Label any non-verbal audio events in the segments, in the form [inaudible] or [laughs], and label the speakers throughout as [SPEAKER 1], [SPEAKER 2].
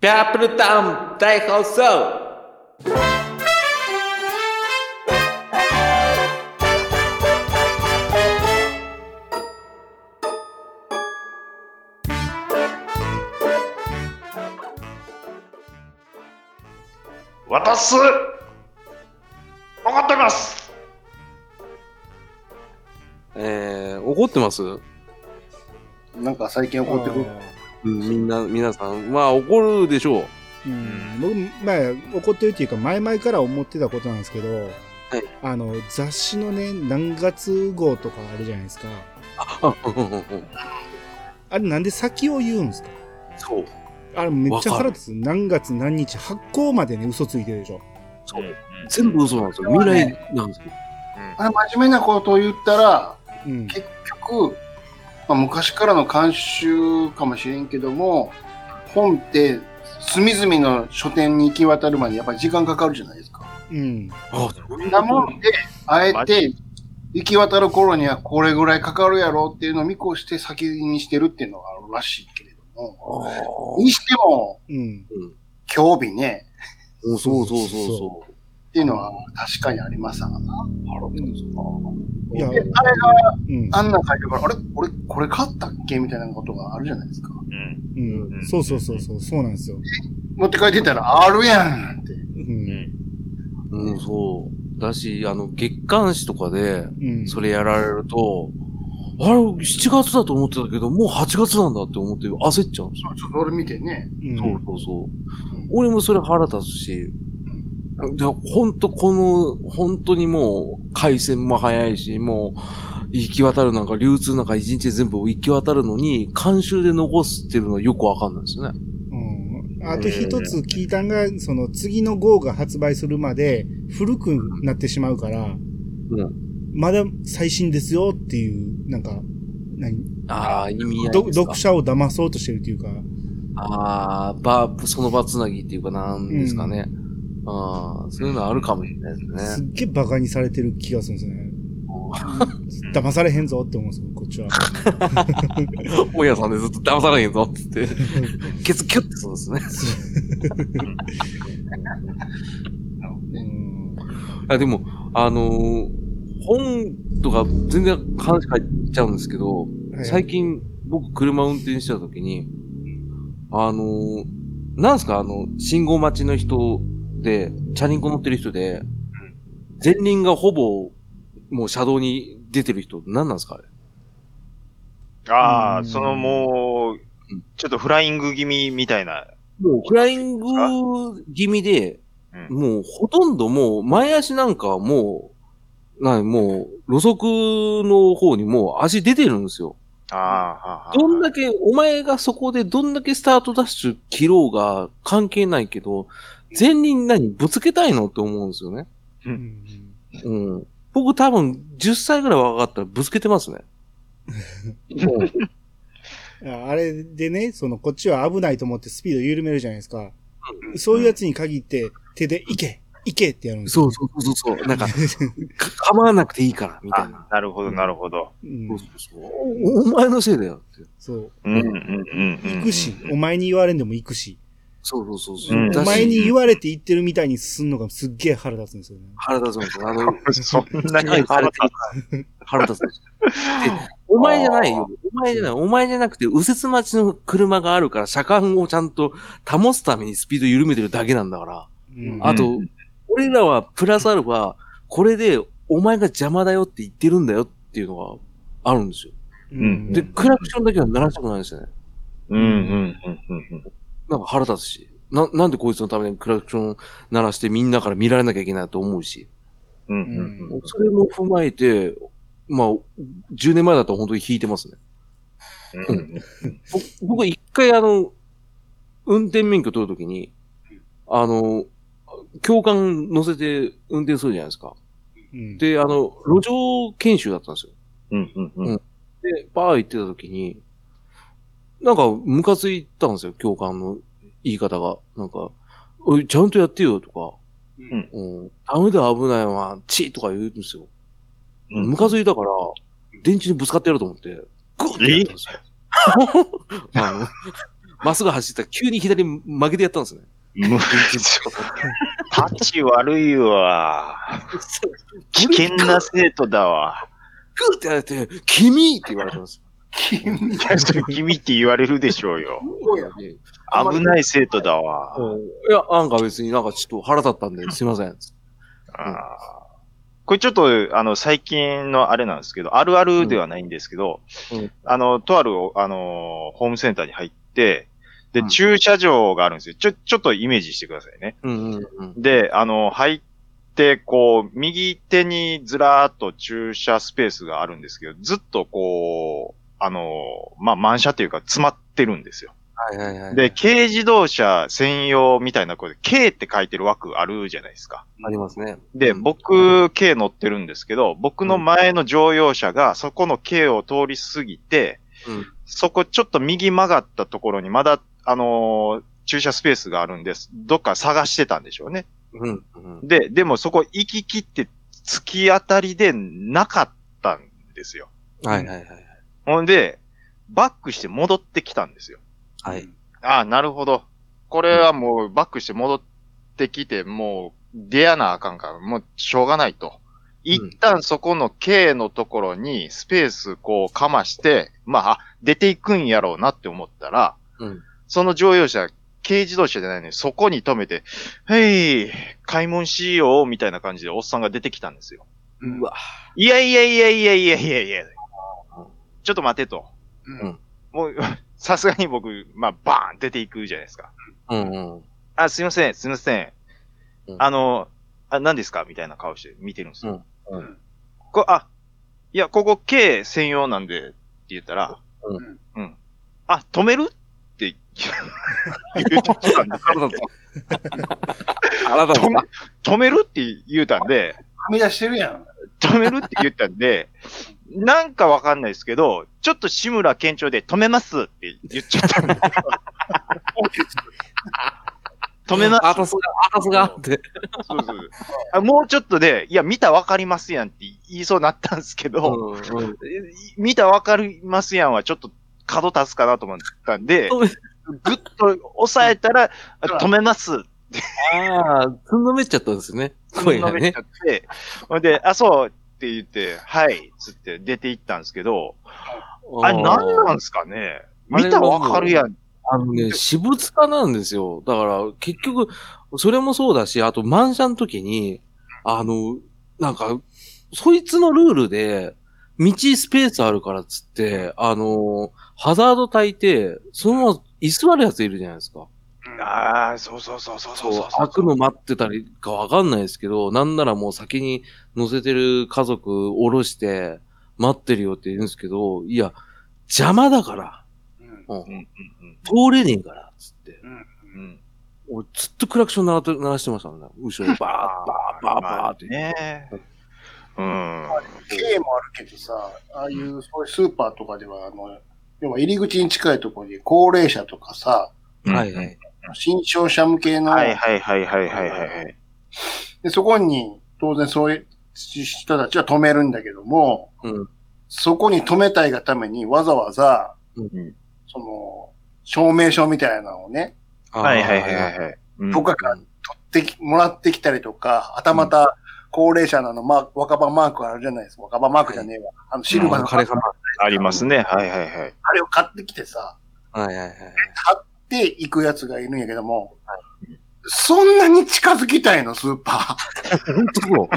[SPEAKER 1] ピャープルタウン大放送
[SPEAKER 2] 私、分かってます。
[SPEAKER 1] えー、怒ってます、うん、
[SPEAKER 3] なんか最近怒ってくる。
[SPEAKER 1] みんな、皆さん。まあ、怒るでしょう。
[SPEAKER 4] うん、僕、まあ、怒ってるっていうか、前々から思ってたことなんですけど、
[SPEAKER 1] い
[SPEAKER 4] あの、雑誌のね、何月号とかあるじゃないですか。
[SPEAKER 1] あうんうんうんうん
[SPEAKER 4] あれ、なんで先を言うんですか
[SPEAKER 1] [laughs] そう。
[SPEAKER 4] あれ、めっちゃ
[SPEAKER 1] わか
[SPEAKER 4] 腹
[SPEAKER 1] る
[SPEAKER 4] 立つ。何月何日、発行までね、嘘ついてるでしょ。
[SPEAKER 1] そう全部嘘なんですよ。未来なんですよ。
[SPEAKER 3] あ真面目なことを言ったら、
[SPEAKER 4] うん。
[SPEAKER 3] 結局、まあ、昔からの慣習かもしれんけども、本って隅々の書店に行き渡るまでやっぱり時間かかるじゃないですか。
[SPEAKER 4] うん。
[SPEAKER 1] あ、そういう
[SPEAKER 3] なもんで、あえ
[SPEAKER 2] マ
[SPEAKER 3] て行き渡る頃にはこれぐらいかかるやろうっていうのを見越して先にしてるっていうのがあるらしいけれども、
[SPEAKER 1] あ
[SPEAKER 3] にしても、
[SPEAKER 4] うん。
[SPEAKER 3] 興味ね、
[SPEAKER 1] ーそうそうそうそ
[SPEAKER 3] っていうのは確かにありますわな。
[SPEAKER 4] いや、
[SPEAKER 3] であれが
[SPEAKER 4] うん。
[SPEAKER 3] あんな会場から、あれ俺、これ買ったっけみたいなことがあるじゃないですか。
[SPEAKER 2] うん
[SPEAKER 4] う
[SPEAKER 2] うん
[SPEAKER 4] ん。そうそうそうそう、そうなんですよ。
[SPEAKER 3] 持って帰ってたら、あるやんって。
[SPEAKER 4] うん。
[SPEAKER 1] う。うん、そう。だし、あの、月刊誌とかで、
[SPEAKER 4] うん。
[SPEAKER 1] それやられると、あれ、7月だと思ってたけど、もう8月なんだって思って焦っちゃうんですよ。
[SPEAKER 3] そうちょっと俺見てね。
[SPEAKER 4] うん。
[SPEAKER 1] そうそうそう。
[SPEAKER 3] うん
[SPEAKER 1] 俺もそれ腹立つし、でほんとこの、本当にもう、回線も早いし、もう、行き渡るなんか、流通なんか一日全部行き渡るのに、監修で残すっていうのはよくわかんないですよね。
[SPEAKER 4] うんあと一つ聞いたんが、その次の号が発売するまで古くなってしまうから、まだ最新ですよっていう、なんか、何
[SPEAKER 1] ああ、意味合い
[SPEAKER 4] ど
[SPEAKER 1] ですか
[SPEAKER 4] 読。者を騙そうとしてるというか、
[SPEAKER 1] ああ、ば、その場つなぎっていうかなんですかね。ああ、そういうのあるかもしれないです
[SPEAKER 4] す
[SPEAKER 1] ね。
[SPEAKER 4] っげえ馬鹿にされてる気がするんです
[SPEAKER 1] [laughs]
[SPEAKER 4] よね。 [laughs] 騙されへんぞって思うんですよ、こっちは。
[SPEAKER 1] 大家さんでずっと騙されへんぞって言って、 [laughs] ケツキュッてそうですね。
[SPEAKER 3] なるほど
[SPEAKER 4] う
[SPEAKER 3] ね。
[SPEAKER 4] ん
[SPEAKER 1] あでも、あのー本とか全然話変えちゃうんですけど、
[SPEAKER 4] はい
[SPEAKER 1] 最近僕車運転してた時に、あのーなんすかあの、信号待ちの人で、チャリンコ乗ってる人で、前輪がほぼ、もう車道に出てる人、何なんですかあれ。
[SPEAKER 2] あ
[SPEAKER 4] う
[SPEAKER 2] あ、
[SPEAKER 4] ん
[SPEAKER 2] そのもう
[SPEAKER 1] うん、
[SPEAKER 2] ちょっとフライング気味みたいな。
[SPEAKER 1] もうフライング気味で、
[SPEAKER 2] うん
[SPEAKER 1] もうほとんどもう前足なんかはもう、なにもう路側の方にもう足出てるんですよ。
[SPEAKER 2] ああ、はあ
[SPEAKER 1] どん
[SPEAKER 2] な
[SPEAKER 1] だけ、お前がそこでどんだけスタートダッシュ切ろうが関係ないけど、前輪何ぶつけたいのって思うんですよね。
[SPEAKER 4] うん
[SPEAKER 1] うん。僕多分10歳ぐらい若かったらぶつけてますね。うん
[SPEAKER 4] ああれでね、その、こっちは危ないと思ってスピード緩めるじゃないですか。そういうやつに限って、手で、行け行けってやるんです
[SPEAKER 1] そ
[SPEAKER 4] よ。
[SPEAKER 1] うそうそうそう。なん [laughs] か、か構わなくていいから、みたいな。
[SPEAKER 2] あ、なるほど、なるほど。
[SPEAKER 4] うん
[SPEAKER 1] そうそうそうおお前のせいだよって。
[SPEAKER 4] そう。
[SPEAKER 2] うん、うん、うんうん。
[SPEAKER 4] 行くし、お前に言われんでも行くし、
[SPEAKER 1] そうそうそうそう。
[SPEAKER 2] うん
[SPEAKER 1] だ
[SPEAKER 4] お
[SPEAKER 1] し
[SPEAKER 4] 前に言われて言ってるみたいにすんのがすっげえ腹立つんですよね。
[SPEAKER 1] 腹立つんですよ。あの、
[SPEAKER 2] そんな
[SPEAKER 1] 腹
[SPEAKER 2] に
[SPEAKER 1] 立
[SPEAKER 2] 腹立
[SPEAKER 1] つ。腹立つんですよ。でお前じゃないよ。お前じゃない。お前じゃなくて、右折待ちの車があるから、車間をちゃんと保つためにスピード緩めてるだけなんだから。
[SPEAKER 4] うん
[SPEAKER 1] あと、
[SPEAKER 2] う
[SPEAKER 1] 俺らはプラスアルファ、これでお前が邪魔だよって言ってるんだよっていうのがあるんですよ。
[SPEAKER 2] うん
[SPEAKER 1] で、クラクションだけは鳴らしたくないんですよね。
[SPEAKER 2] うん、うん、うんうん
[SPEAKER 1] なんか腹立つし。な、なんでこいつのためにクラクション鳴らしてみんなから見られなきゃいけないと思うし。
[SPEAKER 2] うん、うんうんうん。
[SPEAKER 1] それも踏まえて、まあ、10年前だと本当に引いてますね。
[SPEAKER 2] うんうん
[SPEAKER 1] ぼ僕、一回あの、運転免許取るときに、あの、教官乗せて運転するじゃないですか。
[SPEAKER 4] うん、
[SPEAKER 1] で、あの、路上研修だったんですよ。
[SPEAKER 2] うんうんうん
[SPEAKER 1] で、バー行ってたときに、なんか、ムカついたんですよ、教官の言い方が。なんか、おい、ちゃんとやってよ、とか。
[SPEAKER 2] ん
[SPEAKER 1] うん。ダメだ、危ないわ、チーとか言うんですよ。
[SPEAKER 2] うん
[SPEAKER 1] ムカついたから、電柱にぶつかってやろうと思って、グーってやったんですよ。あまっすぐ走ってたら急に左に曲げてやったんですね。
[SPEAKER 2] 無理タッチ悪いわ。危険な生徒だわ。
[SPEAKER 1] グーってやられて、君って言われたんです
[SPEAKER 3] 君
[SPEAKER 2] いやそれ君って言われるでしょうよ。
[SPEAKER 1] よ。いやね
[SPEAKER 2] 危ない生徒だわ。
[SPEAKER 1] いや、なんか別になんかちょっと腹立ったんで、すいません。
[SPEAKER 2] あーこれちょっと、あの、最近のあれなんですけど、あるあるではないんですけど、
[SPEAKER 1] うん
[SPEAKER 2] あの、とある、あの、ホームセンターに入って、で、
[SPEAKER 1] うん
[SPEAKER 2] 駐車場があるんですよ。ちょ、ちょっとイメージしてくださいね。
[SPEAKER 1] うんうんうん。
[SPEAKER 2] で、あの、入って、こう、右手にずらーっと駐車スペースがあるんですけど、ずっとこう、あの、まあ、満車というか詰まってるんですよ。
[SPEAKER 1] はいはいはい。
[SPEAKER 2] で、、軽自動車専用みたいなことで、軽って書いてる枠あるじゃないですか。
[SPEAKER 1] ありますね。
[SPEAKER 2] で、僕、軽乗ってるんですけど、僕の前の乗用車がそこの軽を通り過ぎて、
[SPEAKER 1] うん
[SPEAKER 2] そこちょっと右曲がったところにまだ、あのー駐車スペースがあるんです。どっか探してたんでしょうね。
[SPEAKER 1] うんうん。
[SPEAKER 2] で、でもそこ行き切って突き当たりでなかったんですよ。
[SPEAKER 1] はいはいはい。
[SPEAKER 2] ほんで、バックして戻ってきたんですよ。
[SPEAKER 1] はい。
[SPEAKER 2] ああ、なるほど。これはもうバックして戻ってきて、もう出やなあかんから、もうしょうがないと。一旦そこの K のところにスペースこうかまして、まあ、あ出ていくんやろうなって思ったら、
[SPEAKER 1] うん
[SPEAKER 2] その乗用車、軽自動車じゃないのに、そこに止めて、へい、買い物しよう、みたいな感じでおっさんが出てきたんですよ。
[SPEAKER 1] うわ。
[SPEAKER 2] いやいやいやいやいやいやいや。ちょっと待てと。
[SPEAKER 3] うん
[SPEAKER 2] もう、 [laughs] さすがに僕、まあ、バーン出ていくじゃないですか。
[SPEAKER 1] うんうん。 [laughs]
[SPEAKER 2] あ、すいません、すいません。
[SPEAKER 1] うん
[SPEAKER 2] あの、あ、何ですかみたいな顔して見てるんですよ。
[SPEAKER 1] うんうん
[SPEAKER 2] こあ、いや、ここ K 専用なんで、って言ったら、
[SPEAKER 1] うん
[SPEAKER 2] うん。あ、止めるって言
[SPEAKER 1] [laughs]
[SPEAKER 2] う言うときたんで
[SPEAKER 1] 腹立った。腹立った。
[SPEAKER 2] [laughs] 止めるって言うたんで、
[SPEAKER 3] はみ出してるやん。
[SPEAKER 2] 止めるって言ったんで、なんかわかんないですけど、ちょっと志村県庁で止めますって言っちゃった
[SPEAKER 1] [laughs]
[SPEAKER 2] んで。止めます
[SPEAKER 1] あたすが、あたすがって。
[SPEAKER 2] そうそうあもうちょっとで、いや、見たわかりますやんって言いそうになったんですけど、
[SPEAKER 1] うんうん
[SPEAKER 2] え見たわかりますやんはちょっと角立つかなと思ったんで、
[SPEAKER 1] 止め
[SPEAKER 2] ぐっと抑えたら、あ止めますって
[SPEAKER 1] ああ、つんのめっちゃったんですね。声が
[SPEAKER 2] 飲め
[SPEAKER 1] ね
[SPEAKER 2] ちゃ。って、ほんで、あ、そうって言って、はい、つって出て行ったんですけど、あれ何なんですかね見たわかるやん。
[SPEAKER 1] あのね、私物化なんですよ。だから、結局、それもそうだし、あと、満車の時に、あの、なんか、そいつのルールで、道スペースあるからっつって、あの、ハザード焚いて、そのまま居座るやついるじゃないですか。
[SPEAKER 2] ああ、そうそうそうそうそうそう
[SPEAKER 1] 開くの待ってたりかわかんないですけど、なんならもう先に乗せてる家族降ろして、待ってるよって言うんですけど、いや、邪魔だから、
[SPEAKER 3] うん
[SPEAKER 2] うんうん
[SPEAKER 1] 通れねえから、つって。
[SPEAKER 2] うんうん
[SPEAKER 1] 俺、ずっとクラクション鳴ら鳴らしてましたもんね。後
[SPEAKER 2] [laughs]
[SPEAKER 1] ろにバーッ、バーッ、バーッ、
[SPEAKER 2] ま
[SPEAKER 1] バー
[SPEAKER 2] あ
[SPEAKER 1] って。
[SPEAKER 2] ね。うん。
[SPEAKER 3] K もあるけどさ、ああいうそういうスーパーとかでは、あの、要は入り口に近いところに高齢者とかさ、
[SPEAKER 1] はいはい。
[SPEAKER 3] 新商者向けの、
[SPEAKER 2] はいはいはいはいはいはい。
[SPEAKER 3] でそこに当然そういう人たちは止めるんだけども、
[SPEAKER 1] うん
[SPEAKER 3] そこに止めたいがためにわざわざ、
[SPEAKER 2] うん
[SPEAKER 3] その、証明書みたいなのをね、
[SPEAKER 2] はいはいはいはいはい。うん
[SPEAKER 3] 僕から取ってき、もらってきたりとか、はたまた高齢者のあのマーク、若葉マークあるじゃないですか。若葉マークじゃねえわ。あの、シルバーの
[SPEAKER 1] カレー様。
[SPEAKER 2] ありますね。はいはいはい。
[SPEAKER 3] あれを買ってきてさ、
[SPEAKER 1] はいはいはい。
[SPEAKER 3] で行くやつがいるんやけども、そんなに近づきたいの、スーパ
[SPEAKER 1] 本当そう。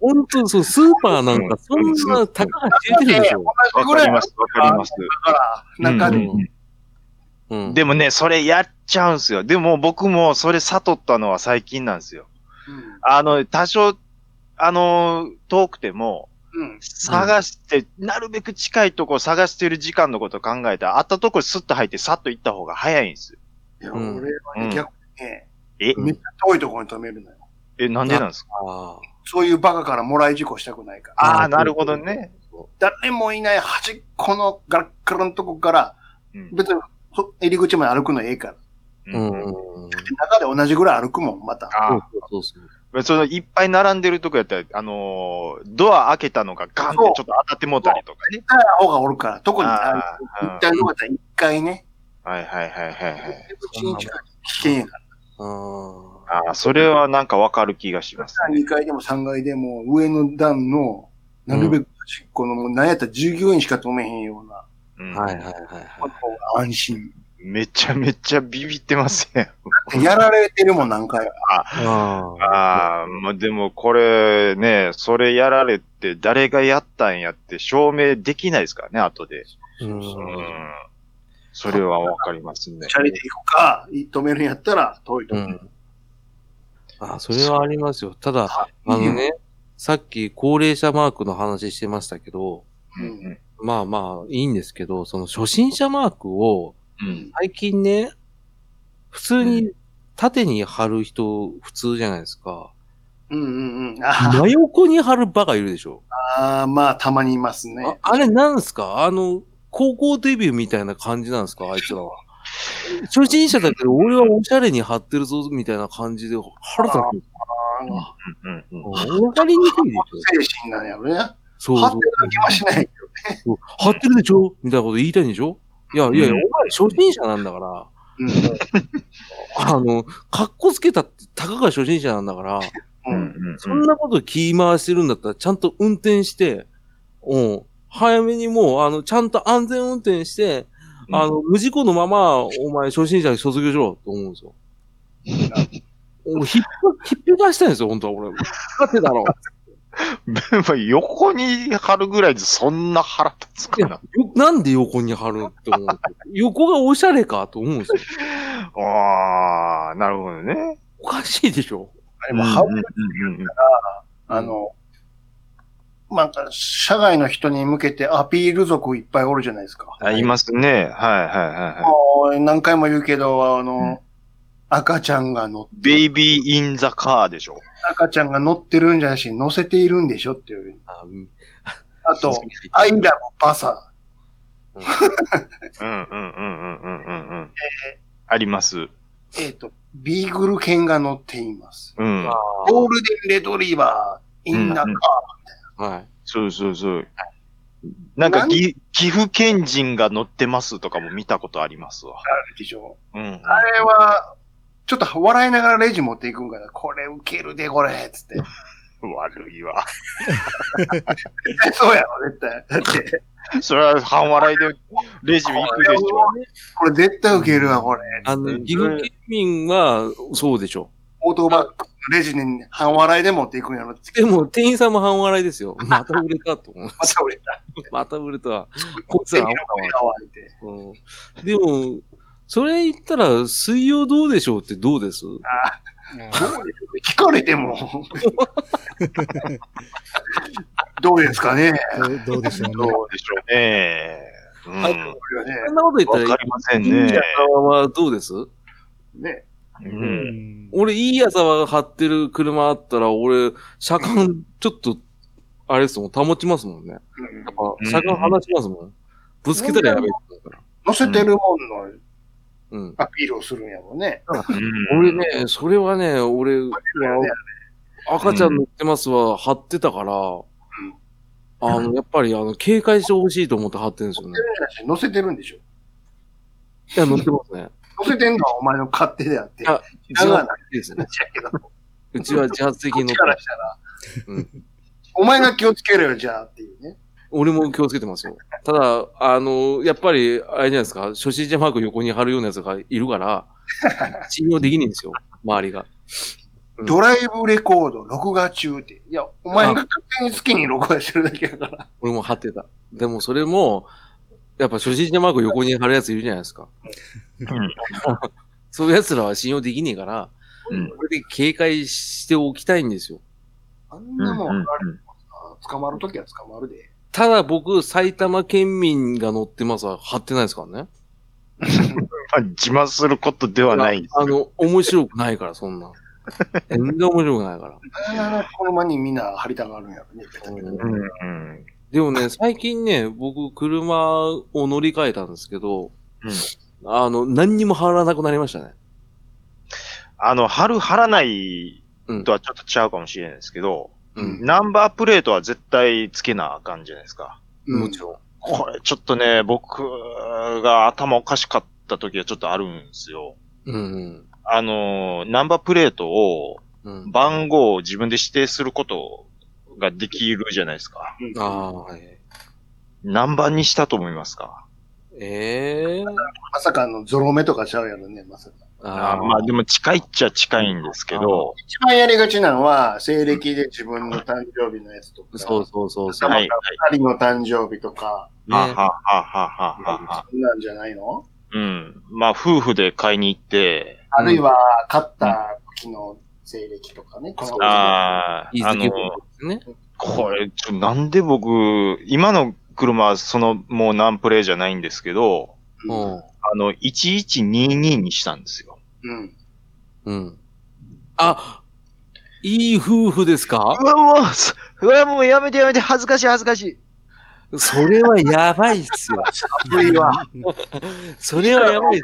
[SPEAKER 1] [laughs] 本当そう、スーパーなんか、そんな高がついてるでしょ。
[SPEAKER 3] ー。
[SPEAKER 2] わかりますわかります。
[SPEAKER 3] から、中で。
[SPEAKER 1] うんうん。
[SPEAKER 2] でもね、それやっちゃうんすよ。でも僕もそれ悟ったのは最近なんですよ。
[SPEAKER 3] うん
[SPEAKER 2] あの、多少、あの、遠くても、
[SPEAKER 3] うん。
[SPEAKER 2] 探して、なるべく近いとこ探してる時間のこと考えたら、あったとこスッと入ってさっと行った方が早いんですよ。
[SPEAKER 3] いや、
[SPEAKER 1] うん
[SPEAKER 3] 俺はね、逆にね、
[SPEAKER 2] え、
[SPEAKER 1] うん
[SPEAKER 3] めっちゃ遠いところに止めるのよ。
[SPEAKER 2] え、なんでなんですか
[SPEAKER 1] あ
[SPEAKER 3] そういうバカからもらい事故したくないから。
[SPEAKER 2] ああー、なるほどね。
[SPEAKER 3] 誰もいない端っこのガラッガラのとこから、
[SPEAKER 2] うん
[SPEAKER 3] 別にそ入り口まで歩くのええから。
[SPEAKER 1] ーうんうん
[SPEAKER 2] うん
[SPEAKER 1] うん。
[SPEAKER 3] 中で同じぐらい歩くもん、また。
[SPEAKER 2] ああ、
[SPEAKER 1] そうそうそう。
[SPEAKER 2] そのいっぱい並んでるとこやったら、あのードア開けたのがガンってちょっと当たってもうたりとかね。
[SPEAKER 3] 行った方がおるから、特に
[SPEAKER 2] あ
[SPEAKER 3] あ
[SPEAKER 2] ー
[SPEAKER 3] の行った方が一回ね、
[SPEAKER 2] あはいはいはいはいはい。
[SPEAKER 3] 口に近い。危険やから。
[SPEAKER 1] ああ。
[SPEAKER 2] ああ、それはなんかわかる気がします。
[SPEAKER 3] 2階でも3階でも、上の段の、なるべく端っこの、もうなんやったら従業員しか止めへんような、
[SPEAKER 2] うん
[SPEAKER 1] はいはいはいは
[SPEAKER 3] こ
[SPEAKER 1] い。
[SPEAKER 3] う安心。
[SPEAKER 2] めちゃめちゃビビってますね。
[SPEAKER 3] やられてるもん、何回か。
[SPEAKER 1] あ
[SPEAKER 2] [laughs] ああ、まあでもこれね、それやられて誰がやったんやって証明できないですからね、後で。
[SPEAKER 1] ーう。
[SPEAKER 2] うんん。それはわかりますね
[SPEAKER 3] チ。ャリで行くか、止めるんやったら、遠いと。
[SPEAKER 1] うん。ああ、それはありますよ。ただ、あ
[SPEAKER 3] うん
[SPEAKER 1] のね、さっき高齢者マークの話してましたけど、
[SPEAKER 2] う
[SPEAKER 3] うんん。
[SPEAKER 1] まあまあ、いいんですけど、その初心者マークを、
[SPEAKER 2] うん。
[SPEAKER 1] 最近ね、普通に縦に貼る人、普通じゃないですか。
[SPEAKER 3] うんうんうん。あ
[SPEAKER 1] 真横に貼るバカいるでしょ。
[SPEAKER 3] あ、まあ、たまにいます
[SPEAKER 1] あ
[SPEAKER 3] ね。
[SPEAKER 1] あれなんすかあの、高校デビューみたいな感じなんですかあいつらは。初心者だけど、俺はおしゃれに貼ってるぞ、みたいな感じで、腹立つ。
[SPEAKER 3] あの、
[SPEAKER 2] うん。うん。
[SPEAKER 1] うんわかりにくいでしょ。
[SPEAKER 3] 精神なんやろね。
[SPEAKER 1] そうそ
[SPEAKER 3] 貼
[SPEAKER 1] う
[SPEAKER 3] ってるだけはしない。
[SPEAKER 1] そう貼ってるでしょみたいなこと言いたいんでしょいやいやいや、お前初心者なんだから。
[SPEAKER 3] うん。
[SPEAKER 1] あの、格好つけたって、たかが初心者なんだから、
[SPEAKER 2] う
[SPEAKER 3] うん。
[SPEAKER 2] ん。
[SPEAKER 1] そんなこと気回してるんだったら、ちゃんと運転して、うん。早めにもう、あの、ちゃんと安全運転して、
[SPEAKER 2] うん
[SPEAKER 1] あの、無事故のまま、お前、初心者に卒業しろ、と思うんです
[SPEAKER 2] [laughs]
[SPEAKER 1] よ。俺、ひっぺ、ひっぺがしたいんですよ、本当は俺。勝手だろ。
[SPEAKER 2] [laughs] まあ横に貼るぐらいでそんな腹立つ
[SPEAKER 1] い
[SPEAKER 2] か
[SPEAKER 1] や
[SPEAKER 2] な。
[SPEAKER 1] よなんで横に貼るって思うんですよ。横がおしゃれか、と思うんですよ。
[SPEAKER 2] ああ、なるほどね。
[SPEAKER 1] おかしいでしょ
[SPEAKER 3] でも、ハ
[SPEAKER 2] うんうんうんうん
[SPEAKER 3] あの、なんか、社外の人に向けてアピール族いっぱいおるじゃないですか。
[SPEAKER 2] あいますね。はいはいはいは
[SPEAKER 3] もう何回も言うけど、あの、
[SPEAKER 2] うん
[SPEAKER 3] 赤ちゃんが乗っ
[SPEAKER 2] い。ベイビー・イン・ザ・カーでしょ。
[SPEAKER 3] 赤ちゃんが乗ってるんじゃないし、乗せているんでしょっていう。
[SPEAKER 1] あうん
[SPEAKER 3] あと、アイラブバサ
[SPEAKER 2] うんうんうんうんうんうんうん。あります。
[SPEAKER 3] ー、えっ、と、ビーグル犬が乗っています。
[SPEAKER 2] うん。
[SPEAKER 3] ゴールデンレトリバー、インナカー、
[SPEAKER 1] はい。
[SPEAKER 2] そうそうそう。なんか、
[SPEAKER 3] なん
[SPEAKER 2] ぎ岐阜県人が乗ってますとかも見たことありますわ。
[SPEAKER 3] あるでしょ。
[SPEAKER 2] うん。
[SPEAKER 3] あれは、ちょっと笑いながらレジ持っていくんかな。これウケるで、これ、つって。
[SPEAKER 2] 悪いわ。
[SPEAKER 3] [laughs] そうやろ、絶対。
[SPEAKER 1] [laughs]
[SPEAKER 3] だって、
[SPEAKER 2] それは半笑いでレジ行くでしょ。
[SPEAKER 3] これ絶対ウケるわ、これ。
[SPEAKER 1] あの、岐阜県民は、そうでしょ。
[SPEAKER 3] オートバックのレジに半笑いで持っていくんや
[SPEAKER 1] [laughs]
[SPEAKER 3] ろ。
[SPEAKER 1] でも、店員さんも半笑いですよ。また売れたと思う。
[SPEAKER 3] また俺ら、
[SPEAKER 1] [laughs] また売れた。こいつら青
[SPEAKER 3] 乾いて。
[SPEAKER 1] うんでも、それ言ったら、水曜どうでしょうってどうです
[SPEAKER 3] 聞かれても。
[SPEAKER 1] [laughs]
[SPEAKER 3] どうですかね。
[SPEAKER 4] どうどうでしょう
[SPEAKER 2] ど
[SPEAKER 4] ね。
[SPEAKER 2] うでしょうね。う
[SPEAKER 1] あ
[SPEAKER 2] ん。
[SPEAKER 3] これはね
[SPEAKER 1] そんなこと言った、
[SPEAKER 2] わからりません
[SPEAKER 1] いい
[SPEAKER 2] ね
[SPEAKER 1] 朝。はどうです
[SPEAKER 3] ね。
[SPEAKER 2] う。
[SPEAKER 4] うんん
[SPEAKER 1] 俺、いい朝は張ってる車あったら、俺、車間、ちょっと、あれですもん、保ちますもんね。
[SPEAKER 3] うん
[SPEAKER 1] やっぱ車間離しますもん。ぶつけたらやべえと思うから。
[SPEAKER 3] 乗せてるもんの
[SPEAKER 1] うん。
[SPEAKER 3] アピールをするんやもんね。
[SPEAKER 2] うん
[SPEAKER 1] 俺。ね、それはね、俺、赤ちゃん乗ってますは、貼ってたから、あの、やっぱり、あの、警戒してほしいと思って貼ってるんですよね。
[SPEAKER 3] 乗せてるんでしょ。
[SPEAKER 1] いや、乗ってますね。
[SPEAKER 3] 乗せてんのはお前の勝手であって。
[SPEAKER 1] いや
[SPEAKER 3] 知らない
[SPEAKER 1] ですね。
[SPEAKER 3] 話やけど、こ
[SPEAKER 1] うちは自発的に
[SPEAKER 3] っ
[SPEAKER 1] 乗
[SPEAKER 2] [laughs]
[SPEAKER 3] ち
[SPEAKER 1] っ
[SPEAKER 3] から
[SPEAKER 1] て、
[SPEAKER 3] したら
[SPEAKER 1] う、
[SPEAKER 3] お前が気をつけろよ、じゃあっていうね。
[SPEAKER 1] 俺も気をつけてますよ。ただ、あの、やっぱり、あれじゃないですか、初心者マーク横に貼るようなやつがいるから、
[SPEAKER 2] [laughs]
[SPEAKER 1] 信用できないんですよ、周りが。うん
[SPEAKER 3] ドライブレコード録画中って。いや、お前が勝手に好きに録画してるだけだから。
[SPEAKER 1] 俺も貼ってた。でも、それも、やっぱ初心者マーク横に貼るやついるじゃないですか。
[SPEAKER 2] ん
[SPEAKER 1] [laughs] そういうやつらは信用できねえから、
[SPEAKER 2] うん
[SPEAKER 1] これで警戒しておきたいんですよ。
[SPEAKER 3] あんなもん、
[SPEAKER 2] うんうんうん
[SPEAKER 3] あれ捕まるときは捕まるで。
[SPEAKER 1] ただ僕、埼玉県民が乗ってますは貼ってないですからね。
[SPEAKER 2] まあ自慢することではないんです
[SPEAKER 1] あの、面白くないから、そん
[SPEAKER 2] [laughs]
[SPEAKER 1] な。全然面白くないから。
[SPEAKER 3] だから、この間にみんな張りたがるんやろね。
[SPEAKER 2] うんうん。
[SPEAKER 1] でもね、最近ね、僕、車を乗り換えたんですけど、あの、何にも貼らなくなりましたね。
[SPEAKER 2] あの、貼る貼らない
[SPEAKER 1] うん
[SPEAKER 2] と。はちょっとちゃうかもしれないですけど、
[SPEAKER 1] うん。
[SPEAKER 2] ナンバープレートは絶対つけなあかんじゃないですか。
[SPEAKER 3] うん
[SPEAKER 1] もちろん。
[SPEAKER 2] これちょっとね、僕が頭おかしかっった時はちょっとあるんですよ。
[SPEAKER 1] うん。
[SPEAKER 2] あのー、ナンバープレートを
[SPEAKER 1] うん。
[SPEAKER 2] 番号を自分で指定することができるじゃないですか。
[SPEAKER 1] ああ、はい。
[SPEAKER 2] 何番にしたと思いますか
[SPEAKER 1] ええー。
[SPEAKER 3] まさかのゾロ目とかちゃうやろね、まさか。
[SPEAKER 2] あーまあでも近いっちゃ近いんですけど、
[SPEAKER 3] 一番やりがちなのは、西暦で自分の誕生日のやつとか、
[SPEAKER 1] そうそうそうそう。
[SPEAKER 3] あー
[SPEAKER 2] はい。はい。
[SPEAKER 3] 二人の誕生日とか、
[SPEAKER 1] ね
[SPEAKER 2] はあはあはあはあはあ。
[SPEAKER 3] そんなんじゃないの
[SPEAKER 2] うん。まあ夫婦で買いに行って、
[SPEAKER 3] あるいは、勝った時の西暦とかね。この
[SPEAKER 2] あ
[SPEAKER 1] いい
[SPEAKER 2] あ、あの
[SPEAKER 1] 月
[SPEAKER 2] ー、
[SPEAKER 1] ですね。
[SPEAKER 2] これ、ちょ、なんで僕、今の車はその、もうナンプレーじゃないんですけど、
[SPEAKER 1] うん。
[SPEAKER 2] あの、1122にしたんですよ。
[SPEAKER 3] うん。
[SPEAKER 1] うん。あ、いい夫婦ですか
[SPEAKER 2] うわ、もう、すうわ、もうやめてやめて、恥ずかしい恥ずかしい。
[SPEAKER 1] それはやばいっすよ。
[SPEAKER 3] 悪いわ。
[SPEAKER 1] それはやばいっす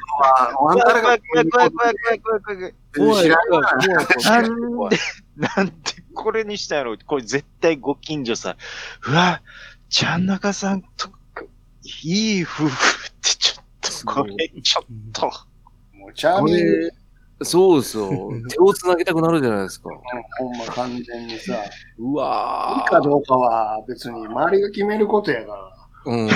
[SPEAKER 3] あんたらが
[SPEAKER 2] い怖い怖い怖い怖い。
[SPEAKER 1] 怖い
[SPEAKER 3] 知らん
[SPEAKER 1] 怖い怖い怖い
[SPEAKER 2] なんで、なんでこれにしたんやろこれ絶対ご近所さん。うわ、ちゃんなかさんと、いい夫婦ってちょっと、ごめん、ちょっと。
[SPEAKER 3] もうチャー
[SPEAKER 1] こ
[SPEAKER 3] ミング
[SPEAKER 1] れ、そうそう。手を繋げたくなるじゃないですか。
[SPEAKER 3] ほんま完全にさ、いうい
[SPEAKER 1] わ
[SPEAKER 3] かどうかは別に周りが決めることやから。
[SPEAKER 1] ー [laughs] うん。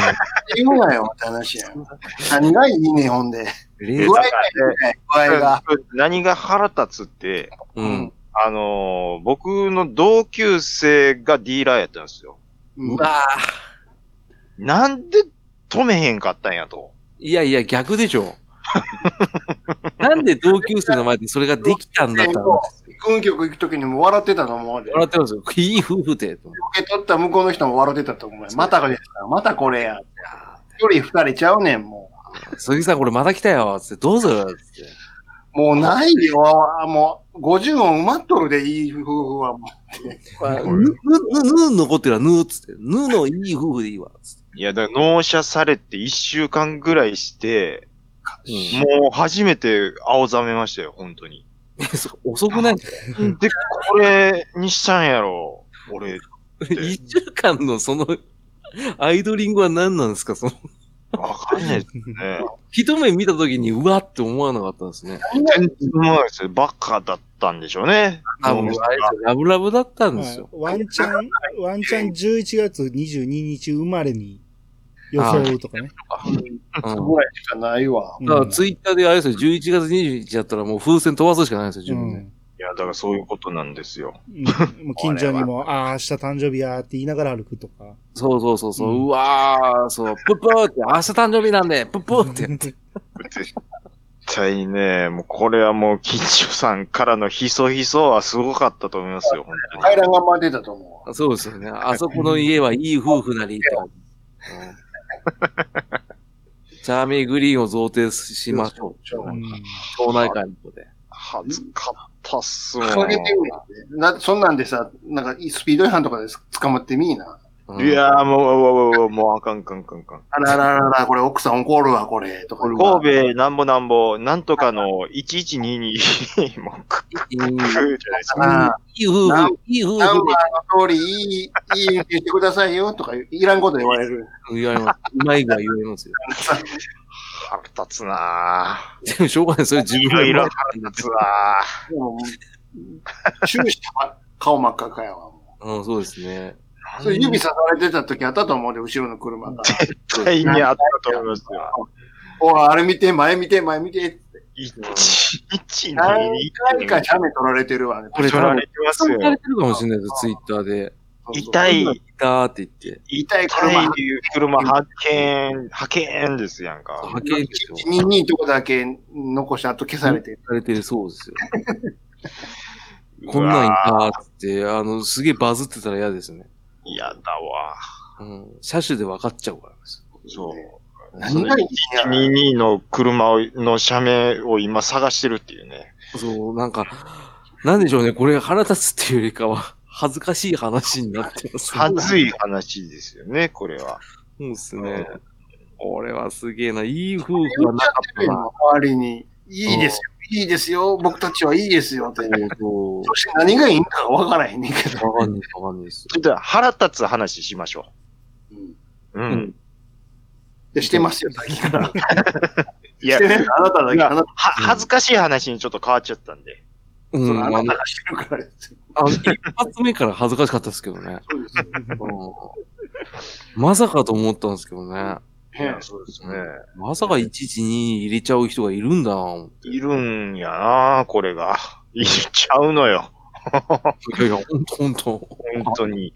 [SPEAKER 3] 言うなよって話やん。何がいいね、ほんで。
[SPEAKER 1] 冷
[SPEAKER 3] 具合がいいね、具合が。
[SPEAKER 2] 何が腹立つって、
[SPEAKER 1] うん。
[SPEAKER 2] あのー僕の同級生がディーラーやったんですよ。
[SPEAKER 3] うん
[SPEAKER 1] うわー
[SPEAKER 2] なんで止めへんかったんやと。
[SPEAKER 1] いやいや、逆でし [laughs] ょ。なんで同級生の前でそれができたんだったら、
[SPEAKER 3] 軍局行くときにも笑ってたと思うで。
[SPEAKER 1] 笑
[SPEAKER 3] 受
[SPEAKER 1] ってますよ。いい夫婦って。
[SPEAKER 3] け取った向こうの人も笑ってたと思うよ。またこれや、またこれや。一人二人ちゃうねん、も
[SPEAKER 1] 鈴木さん、これまた来たよ。つって、どうぞよ。つって。
[SPEAKER 3] う。もうないよ、もう。50音埋まっとるで、いい夫婦はもう。
[SPEAKER 1] ぬ、ぬ、ぬ、ぬ残ってるわ、ぬ、つって。ぬのいい夫婦でいいわ。つって
[SPEAKER 2] いや、だから納車されて一週間ぐらいして、
[SPEAKER 1] うん
[SPEAKER 2] もう初めて青ざめましたよ、本当に。
[SPEAKER 1] そう遅くない
[SPEAKER 2] で、これにしたんやろ。俺、
[SPEAKER 1] 一週間のその、アイドリングは何なんですかその、
[SPEAKER 2] わかんないですね。
[SPEAKER 1] 一目見たときに、うわって思わなかったんですね。
[SPEAKER 2] 全然思わないですよバカだったんでしょうね。
[SPEAKER 1] あもうあれですよラブラブだったん
[SPEAKER 4] ま
[SPEAKER 1] で
[SPEAKER 4] あ
[SPEAKER 1] すよ。
[SPEAKER 4] ワンチャン、ワンチャン11月22日生まれに装うとかね。
[SPEAKER 1] うん
[SPEAKER 3] ぐらいしかないわ。
[SPEAKER 1] だから
[SPEAKER 4] うん
[SPEAKER 1] ツイッターであれですよ、11月21日だったらもう風船飛ばすしかないですよ、自分で。
[SPEAKER 2] いや、だからそういうことなんですよ。
[SPEAKER 4] うんもう近所にも、ああ、明日誕生日やーって言いながら歩くとか。
[SPEAKER 1] そうそうそうそう、
[SPEAKER 4] う
[SPEAKER 1] うんわー、そう、プップーって、明日誕生日なんで、プップーって。
[SPEAKER 2] 絶対ね、もうこれはもう、近所さんからのひそひそはすごかったと思いますよ、本
[SPEAKER 3] 階段が待ってたと思う。
[SPEAKER 1] そうですよね。あそこの家はいい夫婦なりとか。うんチャーミーグリーンを贈呈しましょ
[SPEAKER 4] う
[SPEAKER 3] う。
[SPEAKER 4] ん
[SPEAKER 1] う。町内会の子で。
[SPEAKER 2] 当に。恥ずかったっすも
[SPEAKER 3] 掲
[SPEAKER 2] ん。
[SPEAKER 3] げてみるな、そんなんでさ、なんかスピード違反とかで捕まってみいな。
[SPEAKER 1] うん
[SPEAKER 2] いやーもう、もう、もう、もう、あかん、かん、かん、かん。
[SPEAKER 3] あらららら、これ奥さん怒るわ、これ。とか。
[SPEAKER 2] 神戸、なんぼなんぼ、なんとかの1122、もう、くく
[SPEAKER 1] いいいい
[SPEAKER 2] くじゃないですか。
[SPEAKER 3] ああ
[SPEAKER 1] いい夫
[SPEAKER 3] ナン
[SPEAKER 1] 婦、いい夫
[SPEAKER 3] ナン
[SPEAKER 1] 婦
[SPEAKER 3] バーの通り、いい、いい運転してくださいよとか、いらんこと言われる。
[SPEAKER 1] で言われます。うまい具合言われますよ。
[SPEAKER 2] 腹立つな
[SPEAKER 1] でもしょうがない、それ自
[SPEAKER 2] ぁ。い
[SPEAKER 1] 分
[SPEAKER 2] ろ
[SPEAKER 1] が
[SPEAKER 2] いろ腹立つなぁ。
[SPEAKER 3] でももう注意して顔真っ赤かやわ。も
[SPEAKER 1] うん、そうですね。
[SPEAKER 3] うそれ指さされてた時あったと思うで、後ろの車が。
[SPEAKER 2] 絶対にあったと思いますよ。
[SPEAKER 3] おい、あれ見て、前見て、前見てって。
[SPEAKER 2] 1122。
[SPEAKER 3] 何回か写メ撮られてるわね。
[SPEAKER 1] これ
[SPEAKER 2] 取られてま
[SPEAKER 1] そ
[SPEAKER 2] す
[SPEAKER 1] うされ
[SPEAKER 2] よ。
[SPEAKER 1] てるかもしれないですよ、ツイッターで。
[SPEAKER 2] 痛い、
[SPEAKER 1] だーって言って。
[SPEAKER 2] 痛い車。痛い車発見、派遣ですやんか。
[SPEAKER 1] 派遣ですよ。
[SPEAKER 3] 22とこだけ残して、あと消されてる。
[SPEAKER 1] されてるそうですよ。こんなんいたーって、あの、すげえバズってたら嫌ですよね。
[SPEAKER 2] 嫌だわ。
[SPEAKER 1] うん。車種で分かっちゃうからです。
[SPEAKER 2] そう。
[SPEAKER 3] 何がいいんや。
[SPEAKER 2] 22の車をの社名を今探してるっていうね。
[SPEAKER 1] そう、なんか、なんでしょうね、これ腹立つっていうよりかは、恥ずかしい話になってます、ね。
[SPEAKER 2] 熱い話ですよね、これは。
[SPEAKER 1] そうですね。俺はすげえな、いい夫婦がなかったな。
[SPEAKER 3] 周りに、いいですよ、いいですよ、僕たちはいいですよって。
[SPEAKER 1] そう
[SPEAKER 3] そして何がいいんだかわからへんねんけど。
[SPEAKER 1] そう。わかんない、わかんないです。
[SPEAKER 2] ちょっと腹立つ話しましょ
[SPEAKER 3] うん
[SPEAKER 2] う。う。
[SPEAKER 1] うんん。
[SPEAKER 3] や [laughs] してますよ、さっきから。
[SPEAKER 2] いや
[SPEAKER 3] して、ね、あなただ
[SPEAKER 2] い
[SPEAKER 3] け、
[SPEAKER 2] や
[SPEAKER 3] あなた
[SPEAKER 2] は、恥ずかしい話にちょっと変わっちゃったんで。
[SPEAKER 1] う
[SPEAKER 3] そ
[SPEAKER 1] ん、
[SPEAKER 3] の
[SPEAKER 1] あ
[SPEAKER 3] あ
[SPEAKER 1] の、あ
[SPEAKER 3] な
[SPEAKER 1] の
[SPEAKER 3] たがしてるからですよ。
[SPEAKER 1] 一発目から恥ずかしかったですけどね。
[SPEAKER 3] そうですよ
[SPEAKER 1] うんまさかと思ったんですけどね。
[SPEAKER 3] ね
[SPEAKER 2] そうです
[SPEAKER 1] ねまさか112に入れちゃう人がいるんだなぁ思って。
[SPEAKER 2] いるんやなこれが。いっちゃうのよ。
[SPEAKER 1] いやいや、ほんとほんと。
[SPEAKER 2] 本当に。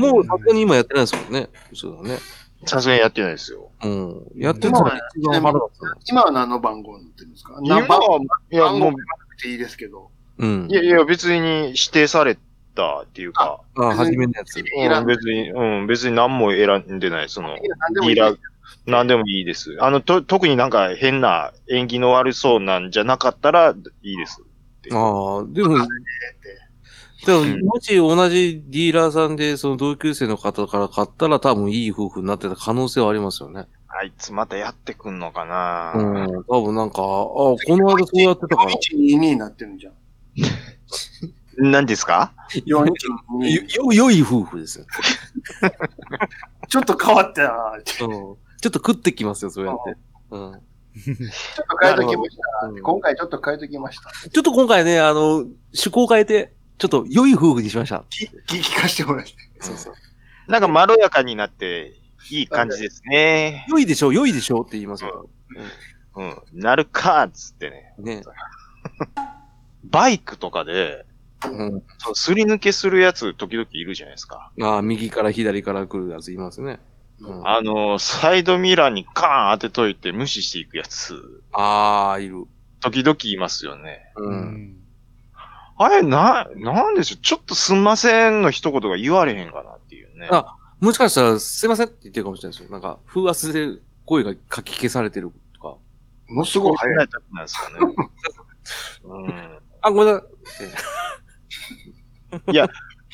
[SPEAKER 1] [laughs] もう、さすがに今やってないですもんね。そうだね。
[SPEAKER 2] さすがにやってないですよ。
[SPEAKER 1] うん。やってたら一番腹立つな
[SPEAKER 3] 今は何の番号になってるんですか
[SPEAKER 2] 今
[SPEAKER 3] 何番号
[SPEAKER 2] は、いや、
[SPEAKER 3] 番
[SPEAKER 2] も
[SPEAKER 3] 号
[SPEAKER 2] う、
[SPEAKER 3] っていいですけど。
[SPEAKER 1] うん
[SPEAKER 2] い。やいや、別に指定されたっていうか、
[SPEAKER 1] あ、初めのやつ。
[SPEAKER 3] 選
[SPEAKER 2] うんん、
[SPEAKER 3] で
[SPEAKER 2] 別に、うん、別に何も選んでない、その、
[SPEAKER 3] 何で
[SPEAKER 2] デ
[SPEAKER 3] も
[SPEAKER 2] ィ
[SPEAKER 3] いい
[SPEAKER 2] ー
[SPEAKER 3] で
[SPEAKER 2] ラー
[SPEAKER 3] す。、
[SPEAKER 2] 何でもいいです。あの、と、特になんか変な縁起の悪そうなんじゃなかったらいいです。
[SPEAKER 1] ああ、でも、でも、
[SPEAKER 2] うん
[SPEAKER 1] もし同じディーラーさんで、その同級生の方から買ったら多分いい夫婦になってた可能性はありますよね。
[SPEAKER 2] あいつまたやってくんのか
[SPEAKER 1] う
[SPEAKER 2] な、
[SPEAKER 1] ん。多分なんか、あこの間そうやってたから。
[SPEAKER 3] 4122になってるんじゃん。
[SPEAKER 2] 何ですか
[SPEAKER 3] 4122
[SPEAKER 1] よ、よ、良い夫婦ですよ。
[SPEAKER 3] ちょっと変わったなって
[SPEAKER 1] うん。ちょっと食ってきますよ、そうやって。うん。うん
[SPEAKER 3] ちょっと変えときました。
[SPEAKER 1] ち
[SPEAKER 3] 今回ちょっと変えときました。
[SPEAKER 1] ょっと今回ね、あの、趣向を変えて、ちょっと良い夫婦にしました。
[SPEAKER 3] き聞き聞かせてもらって。
[SPEAKER 1] そうそう。
[SPEAKER 2] なんかまろやかになって、いい感じですね。
[SPEAKER 1] 良いでしょう、良いでしょうって言いますよ。
[SPEAKER 2] うん。なるかっつってね。
[SPEAKER 1] ね。
[SPEAKER 2] バイクとかで、
[SPEAKER 1] うん。
[SPEAKER 2] そうすり抜けするやつ時々いるじゃないですか。
[SPEAKER 1] ああ、右から左から来るやついますね。うん、あ
[SPEAKER 2] あの、サイドミラーにカーン当てといて無視していくやつ、
[SPEAKER 1] あー、いる。
[SPEAKER 2] 時々いますよね。
[SPEAKER 1] う。
[SPEAKER 4] うんん
[SPEAKER 2] あれ、な、なんでしょうちょっとすんませんの一言が言われへんかなっていうね。
[SPEAKER 1] あもしかしたら、すいませんって言ってるかもしれないですよ。なんか、風圧で声がかき消されてるとか。
[SPEAKER 3] ものす
[SPEAKER 2] す
[SPEAKER 3] ごい早い。
[SPEAKER 2] いタイプなんですかね。うん
[SPEAKER 1] あ、ごめんなさい。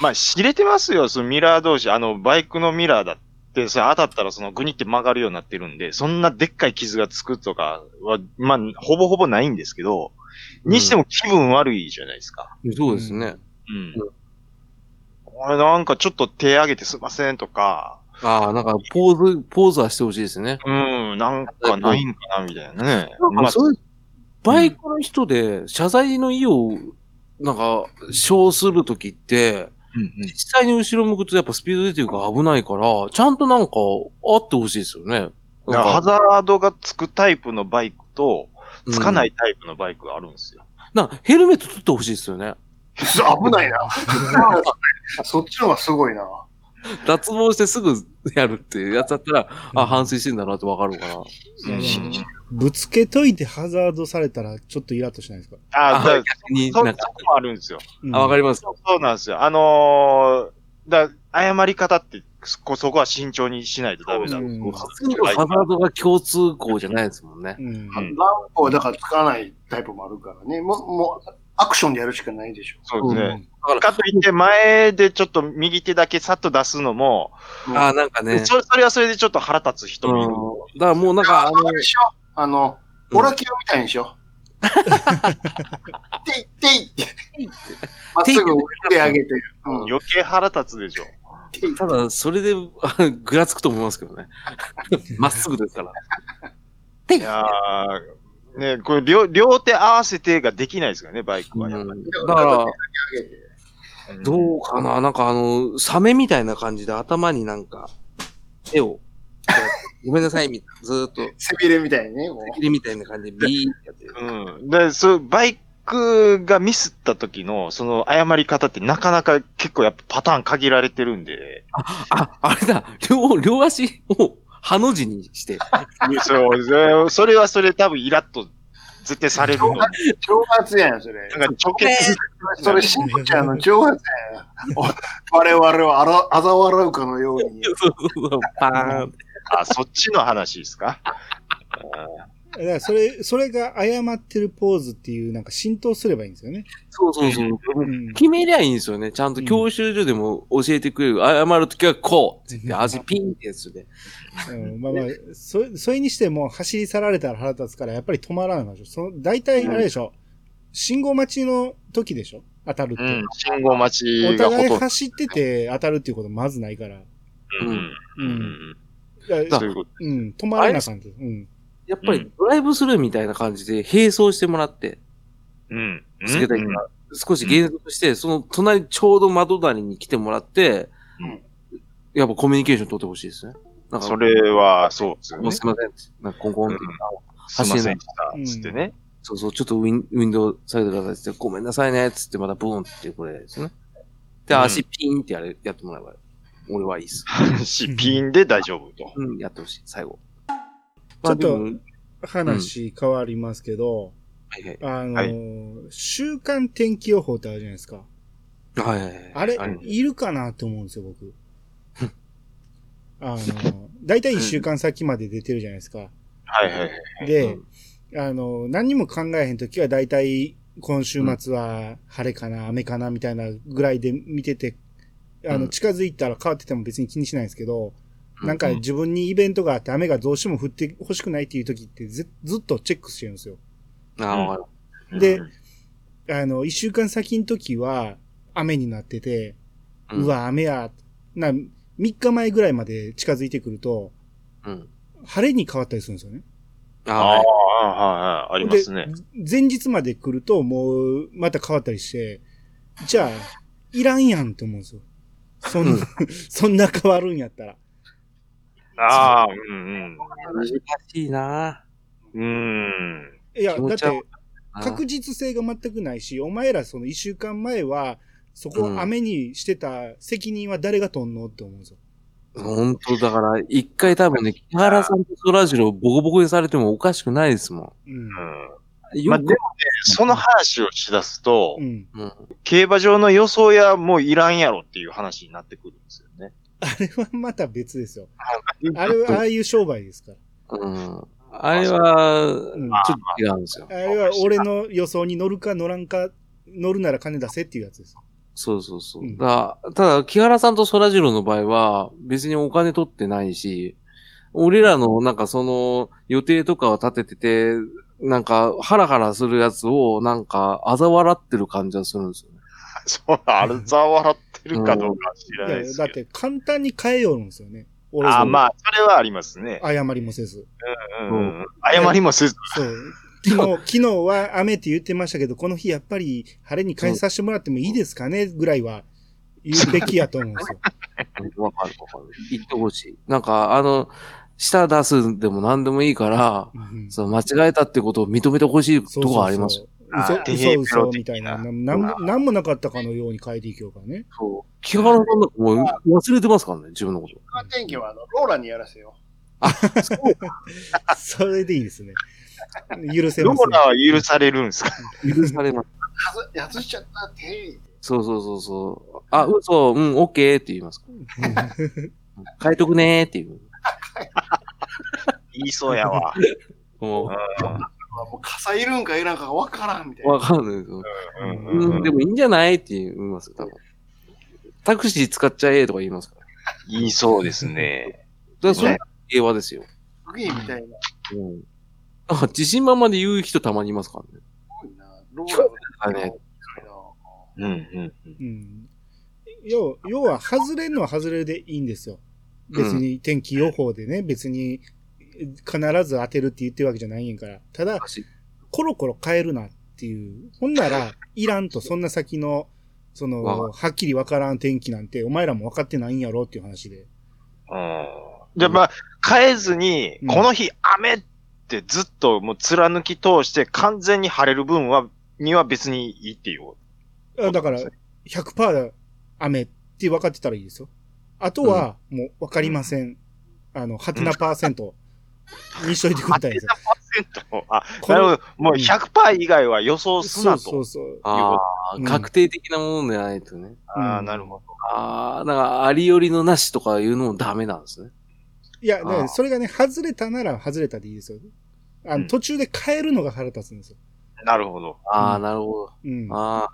[SPEAKER 2] まあ、知れてますよ、そのミラー同士。あの、バイクのミラーだって、それ当たったらそのグニって曲がるようになってるんで、そんなでっかい傷がつくとかは、まあ、ほぼほぼないんですけど、にしても気分悪いじゃないですか。
[SPEAKER 1] そうですね。
[SPEAKER 2] うん。あれ、なんかちょっと手上げてすいませんとか、
[SPEAKER 1] ああ、なんか、ポーズ、ポーズはしてほしいですね。
[SPEAKER 2] うん、なんかないんかな、みたいなね。
[SPEAKER 1] ま
[SPEAKER 2] ま
[SPEAKER 1] あ、
[SPEAKER 2] あ、
[SPEAKER 1] そういう、バイクの人で、謝罪の意を、なんか、称するときって、
[SPEAKER 2] うんうん
[SPEAKER 1] 実際に後ろ向くとやっぱスピード出てるから危ないから、ちゃんとなんか、あってほしいですよね。
[SPEAKER 2] だから
[SPEAKER 1] な
[SPEAKER 2] ハ
[SPEAKER 1] んか。
[SPEAKER 2] ザードがつくタイプのバイクと、つかないいタイプのバイクがあるんですよ。
[SPEAKER 1] なんか、ヘルメット取ってほしいですよね。
[SPEAKER 3] 危ないな。 [laughs] そっちの方がすごいな。
[SPEAKER 1] 脱毛してすぐやるっていうやつだったら、あ、反省してんだなってわかるから。
[SPEAKER 4] いや
[SPEAKER 2] うん
[SPEAKER 4] でもぶつけといてハザードされたらちょっとイラッとしないですか、
[SPEAKER 2] あ
[SPEAKER 1] あ
[SPEAKER 2] あ、だか
[SPEAKER 1] 逆に
[SPEAKER 2] らそ
[SPEAKER 1] な
[SPEAKER 2] そ
[SPEAKER 1] んか、
[SPEAKER 2] こもあるんですよ。
[SPEAKER 4] うん
[SPEAKER 1] あ、わかります。
[SPEAKER 2] そうそうなんですよ。あのー、だから謝り方って、そこそこは慎重にしないとダメだ。
[SPEAKER 4] うん
[SPEAKER 1] 普通のハザードが共通項じゃないですもんね。
[SPEAKER 4] うん
[SPEAKER 2] う
[SPEAKER 3] ラン
[SPEAKER 2] ん
[SPEAKER 3] プをだから使わないタイプもあるからね。もう、もう、アクションでやるしかないでしょ。
[SPEAKER 2] そうですね。
[SPEAKER 1] うん
[SPEAKER 2] かといって、前でちょっと右手だけさっと出すのも、
[SPEAKER 1] ああ、なんかね。
[SPEAKER 2] それそれはそれでちょっと腹立つ人
[SPEAKER 1] うん。
[SPEAKER 2] も
[SPEAKER 1] だ
[SPEAKER 2] いる。
[SPEAKER 1] からもうなんか、あ
[SPEAKER 3] あ
[SPEAKER 1] の
[SPEAKER 3] れ、でしょあの、
[SPEAKER 1] うん
[SPEAKER 3] オラキオみたいにしよう。ていっていって。まっすぐ腕上げて。うん
[SPEAKER 2] 余計腹立つでしょ。
[SPEAKER 3] てい
[SPEAKER 1] ただ、それで、 [laughs] あぐらつくと思いますけど
[SPEAKER 2] [laughs]
[SPEAKER 1] ね。まっすぐですから。
[SPEAKER 2] いやーね、これ両両手合わせてができないですよね、バイクは。
[SPEAKER 1] うんだから、
[SPEAKER 3] 上げて
[SPEAKER 2] うん
[SPEAKER 1] どうかななんかあの、サメみたいな感じで頭になんか、手を、 [laughs] ごめんなさい、みたいなずーっと、
[SPEAKER 3] 背びれみたいにね、もう。
[SPEAKER 1] 切りみたいな感じでビーってやってる。
[SPEAKER 2] うん。で、そう、バイクがミスった時の、その謝り方ってなかなか結構やっぱパターン限られてるんで、
[SPEAKER 1] あ、あれだ、両、両足を、ハの字にして。
[SPEAKER 2] そう、それそれはそれ多分イラッと絶対されるの。なんか
[SPEAKER 3] 挑発やん、それ。
[SPEAKER 2] 直結、
[SPEAKER 3] それ、しんちゃんの挑発やん。お我々をあらあ [laughs] ざ笑うかのように。
[SPEAKER 1] そうそうそう、パーンって。
[SPEAKER 2] あ、そっちの話ですか
[SPEAKER 4] だからそれ、それが謝ってるポーズっていう、なんか浸透すればいいんですよね。
[SPEAKER 1] そうそうそう。
[SPEAKER 4] うん
[SPEAKER 1] 決めりゃいいんですよね。ちゃんと教習所でも教えてくれる。謝るときはこう。
[SPEAKER 4] うん
[SPEAKER 1] で足ピンってやつで。
[SPEAKER 4] うんまあまあ、それ、それにしても走り去られたら腹立つから、やっぱり止まらないでしょ。その、大体あれでしょ。信号待ちの時でしょ当たるっ
[SPEAKER 2] う
[SPEAKER 4] て。
[SPEAKER 2] ん、信号待ち
[SPEAKER 4] お
[SPEAKER 2] がほ
[SPEAKER 4] 互い
[SPEAKER 2] とんど。
[SPEAKER 4] 走ってて当たるっていうことまずないから。
[SPEAKER 2] うん。
[SPEAKER 4] う
[SPEAKER 2] うんん
[SPEAKER 4] だ
[SPEAKER 1] だ
[SPEAKER 2] そういうこと。
[SPEAKER 4] うん、止まらなあかんけど。うん。
[SPEAKER 1] やっぱりドライブスルーみたいな感じで並走してもらって、
[SPEAKER 2] うん。
[SPEAKER 1] スケダイが少し減速して、その隣ちょうど窓谷に来てもらって、
[SPEAKER 2] うん
[SPEAKER 1] やっぱコミュニケーション取ってほしいですね。なんか、
[SPEAKER 2] それは、そうですよ
[SPEAKER 1] も
[SPEAKER 2] ね。
[SPEAKER 1] うすいません。なんかコンコンって、
[SPEAKER 2] うんす
[SPEAKER 1] 走
[SPEAKER 2] い
[SPEAKER 1] れ
[SPEAKER 2] ま
[SPEAKER 1] ない
[SPEAKER 2] せんでした。つってね。
[SPEAKER 1] そうそう、ちょっとウィンウィンドウ下げてくださいって言って、ごめんなさいね、つってまたブーンっていうこれですね。で、
[SPEAKER 2] うん
[SPEAKER 1] 足ピーンってやれやってもらえば、俺はいいっす。
[SPEAKER 2] し、ピンで大丈夫と。
[SPEAKER 1] うん、やってほしい、最後。
[SPEAKER 4] ちょっと
[SPEAKER 1] まあでも
[SPEAKER 4] 話変わりますけど、
[SPEAKER 1] はいはい。
[SPEAKER 4] あの
[SPEAKER 2] は
[SPEAKER 4] ー、週間天気予報ってあるじゃないですか。
[SPEAKER 1] はいはいはい。
[SPEAKER 4] あれ
[SPEAKER 1] はい、
[SPEAKER 4] いるかなって思うんです
[SPEAKER 1] [laughs]
[SPEAKER 4] よ、僕。あの、だいたい一週間先まで出てるじゃないですか。
[SPEAKER 2] はいはいはい。
[SPEAKER 4] で、あの、何にも考えへんときはだいたい今週末は晴れかな、雨かな、みたいなぐらいで見てて、あ
[SPEAKER 1] う
[SPEAKER 4] の、
[SPEAKER 1] ん
[SPEAKER 4] 近づいたら変わってても別に気にしないんですけ
[SPEAKER 1] う
[SPEAKER 4] ど、
[SPEAKER 1] ん
[SPEAKER 4] なんか自分にイベントがあって雨がどうしても降ってほしくないっていうときってずずっとチェックしてるんですよ。
[SPEAKER 1] ああ、わか
[SPEAKER 4] で
[SPEAKER 2] うん、
[SPEAKER 4] あの、一週間先の時は雨になってて、
[SPEAKER 1] る。ん
[SPEAKER 4] う。わ、雨や、な、3日前ぐらいまで近づいてくると、
[SPEAKER 1] うん。
[SPEAKER 4] 晴れに変わったりするんですよね。
[SPEAKER 1] あ
[SPEAKER 2] あ
[SPEAKER 1] あ、はい
[SPEAKER 2] あ、はいはい。ありますね。
[SPEAKER 4] で前日まで来ると、もう、また変わったりして、じゃあ、いらんやんって思うんですよ。そんな、 [laughs] そんな変わるんやったら。
[SPEAKER 2] ああ、うん
[SPEAKER 1] 難しいな
[SPEAKER 2] うん。うん。
[SPEAKER 4] いや、
[SPEAKER 1] 気
[SPEAKER 4] だ
[SPEAKER 1] 持
[SPEAKER 4] っ
[SPEAKER 1] ちは
[SPEAKER 4] て、確実性が全くないし、お前らその一週間前は、そこ
[SPEAKER 1] うん
[SPEAKER 4] を雨にしてた責任は誰が取んのって思うんですよ。
[SPEAKER 1] 本当だから、一回多分ね、木原さんとそらジローボコボコにされてもおかしくないですも
[SPEAKER 4] うん
[SPEAKER 2] う。ん
[SPEAKER 1] ん。
[SPEAKER 2] まあ
[SPEAKER 1] よ
[SPEAKER 2] でも
[SPEAKER 1] く
[SPEAKER 2] ね、その話をしだすと
[SPEAKER 4] う、ん。
[SPEAKER 2] 競馬場の予想やもういらんやろっていう話になってくるんですよね。
[SPEAKER 4] あれはまた別ですよ。
[SPEAKER 2] うん
[SPEAKER 4] あれは、ああいう商売ですから。
[SPEAKER 1] うん。あれは、
[SPEAKER 4] うん
[SPEAKER 1] ちょっと違うんですよ。
[SPEAKER 4] あれは俺の予想に乗るか乗らんか、乗るなら金出せっていうやつです。
[SPEAKER 1] そうそうそうう。
[SPEAKER 4] ん
[SPEAKER 1] だただ、木原さんとそらジローの場合は、別にお金取ってないし、俺らの、なんかその、予定とかを立ててて、なんか、ハラハラするやつを、なんか、嘲笑ってる感じはするんですよね。
[SPEAKER 2] そう、あれざ笑ってるかどうかは知らない
[SPEAKER 4] や
[SPEAKER 2] です
[SPEAKER 4] だっ
[SPEAKER 2] け
[SPEAKER 4] て簡単に変えよるんですよね。
[SPEAKER 2] ど。
[SPEAKER 4] 俺
[SPEAKER 2] ああ、まあ、それはありますね。
[SPEAKER 4] 謝りもせず。
[SPEAKER 2] うんうんうん謝りもせず。
[SPEAKER 4] そう。 [laughs] 昨日、昨日は雨って言ってましたけど、この日やっぱり晴れに変えさせてもらってもいいですかねぐらいは言うべきやと思うんですよ。 [laughs]
[SPEAKER 1] わかるわかる。言ってほしい。なんか、あの、舌出すでも何でもいいから、
[SPEAKER 4] うん
[SPEAKER 1] その間違えたってことを認めてほしいと
[SPEAKER 4] そうそうそう
[SPEAKER 1] こはありますよ。
[SPEAKER 2] あ
[SPEAKER 4] 嘘
[SPEAKER 2] ー、
[SPEAKER 4] 嘘
[SPEAKER 2] テヘ、ペ
[SPEAKER 4] 嘘
[SPEAKER 2] ロ的な
[SPEAKER 4] みたいな。なんなんもなんもなかったかのように変えていきようからね。
[SPEAKER 1] そう。木原さんだもう忘れてますからね、自分のこと。
[SPEAKER 3] 天気はあのローラにやらせよ
[SPEAKER 4] それでいいですね。許せ
[SPEAKER 2] ロ
[SPEAKER 4] ます
[SPEAKER 2] ー
[SPEAKER 4] ね
[SPEAKER 2] ラ。は許されるんですか
[SPEAKER 1] 許されます。
[SPEAKER 3] う。外外しちゃったって。
[SPEAKER 1] そうそうそうそう。あ、嘘、うん、オッケーって言いますから。変えとくねーっていう。
[SPEAKER 2] 言いそうやわ。
[SPEAKER 1] も、
[SPEAKER 3] もう傘いるんかいらんかがわからんみたいうな。
[SPEAKER 1] わかんないですよ。
[SPEAKER 4] うん
[SPEAKER 1] うん、でもいいんじゃないって言いますよ、多分。タクシー使っちゃえとか言いますから。だか
[SPEAKER 2] 言いそうですね。
[SPEAKER 1] らそれが平和ですよ。
[SPEAKER 3] グイみたいな。
[SPEAKER 1] うん。 [laughs] あ、自信満々で言う人たまにいますからね。
[SPEAKER 3] すごいな。ローラ
[SPEAKER 1] あ
[SPEAKER 3] の
[SPEAKER 1] ね、
[SPEAKER 2] うんうんうん。
[SPEAKER 4] うん要要は、外れるのは外れでいいんですよ。別に天気予報でね、別にえ必ず当てるって言ってるわけじゃないんやから。ただ、
[SPEAKER 1] 昔
[SPEAKER 4] コロコロ変えるなっていう。ほんなら、いらんと、そんな先の、その、
[SPEAKER 1] わ
[SPEAKER 4] はっきりわからん天気なんて、お前らも分かってないんやろっていう話で。
[SPEAKER 2] じゃあまあ、変えずに
[SPEAKER 4] う、ん
[SPEAKER 2] この日雨ってずっともう貫き通して完全に晴れる分は、には別にいいっていう。 [laughs]
[SPEAKER 4] あだから、100%雨って分かってたらいいですよ。あとは、もう分かりません。あの、ハテナパーセントにしといてくれたらいい [laughs] ですよ。
[SPEAKER 2] 100%あ、
[SPEAKER 4] こ
[SPEAKER 2] な
[SPEAKER 4] れ
[SPEAKER 2] るほど。もう100%以外は予想す
[SPEAKER 4] そ
[SPEAKER 2] な
[SPEAKER 4] うそ
[SPEAKER 2] と
[SPEAKER 4] う。そう。
[SPEAKER 1] ああ、
[SPEAKER 4] うん
[SPEAKER 1] 確定的なものじゃないとね。
[SPEAKER 2] ああ、
[SPEAKER 4] うん
[SPEAKER 2] なるほど。
[SPEAKER 1] ああ、だから、ありよりのなしとかいうのもダメなんですね。
[SPEAKER 4] いや、だか
[SPEAKER 1] あー
[SPEAKER 4] らそれがね、外れたなら外れたでいいですよ。あ
[SPEAKER 2] う
[SPEAKER 4] の、
[SPEAKER 2] ん
[SPEAKER 4] 途中で変えるのが腹立つんですよ。
[SPEAKER 2] なるほど。
[SPEAKER 1] ああ、
[SPEAKER 4] うん
[SPEAKER 1] なるほ
[SPEAKER 4] うん
[SPEAKER 1] ど。。ああ。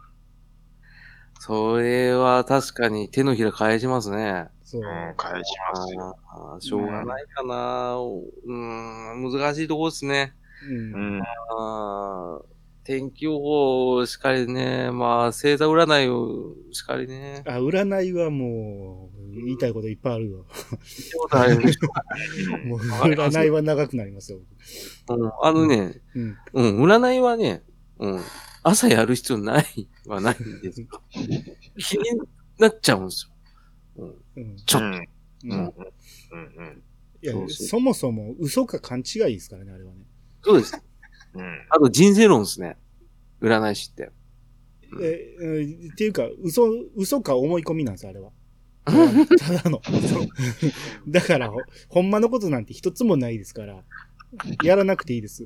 [SPEAKER 1] それは確かに手のひら返しますね。
[SPEAKER 4] そう
[SPEAKER 2] う。ん、返しますよ。
[SPEAKER 1] ああ、しょうがないかな。うーん、難しいとこですね。
[SPEAKER 4] うん
[SPEAKER 2] うん。
[SPEAKER 1] ああ、天気予報しかりね、まあ、星座占いをしかりね。
[SPEAKER 4] あ、占いはもう、言いたいこといっぱいあるよ。もう、
[SPEAKER 1] わかります
[SPEAKER 4] 占いは長くなりますよ。
[SPEAKER 1] うんあのね、
[SPEAKER 4] うん。
[SPEAKER 1] うん、占いはね、うん、朝やる必要ないはないんですよ。気になっちゃうんです
[SPEAKER 4] うん。
[SPEAKER 1] ちょっと
[SPEAKER 2] うん
[SPEAKER 4] う
[SPEAKER 2] うんん。うん。
[SPEAKER 4] いや
[SPEAKER 1] そ、うそう
[SPEAKER 4] そもそも嘘か勘違いですからね、あれはね。
[SPEAKER 1] よ。そうです。
[SPEAKER 2] うん。
[SPEAKER 1] あと人生論ですね。占い師って。うん
[SPEAKER 4] え、うんっていうか、嘘、嘘か思い込みなんです、あれは。ただただの。だから、ほほんまのことなんて一つもないですから、やらなくていいです。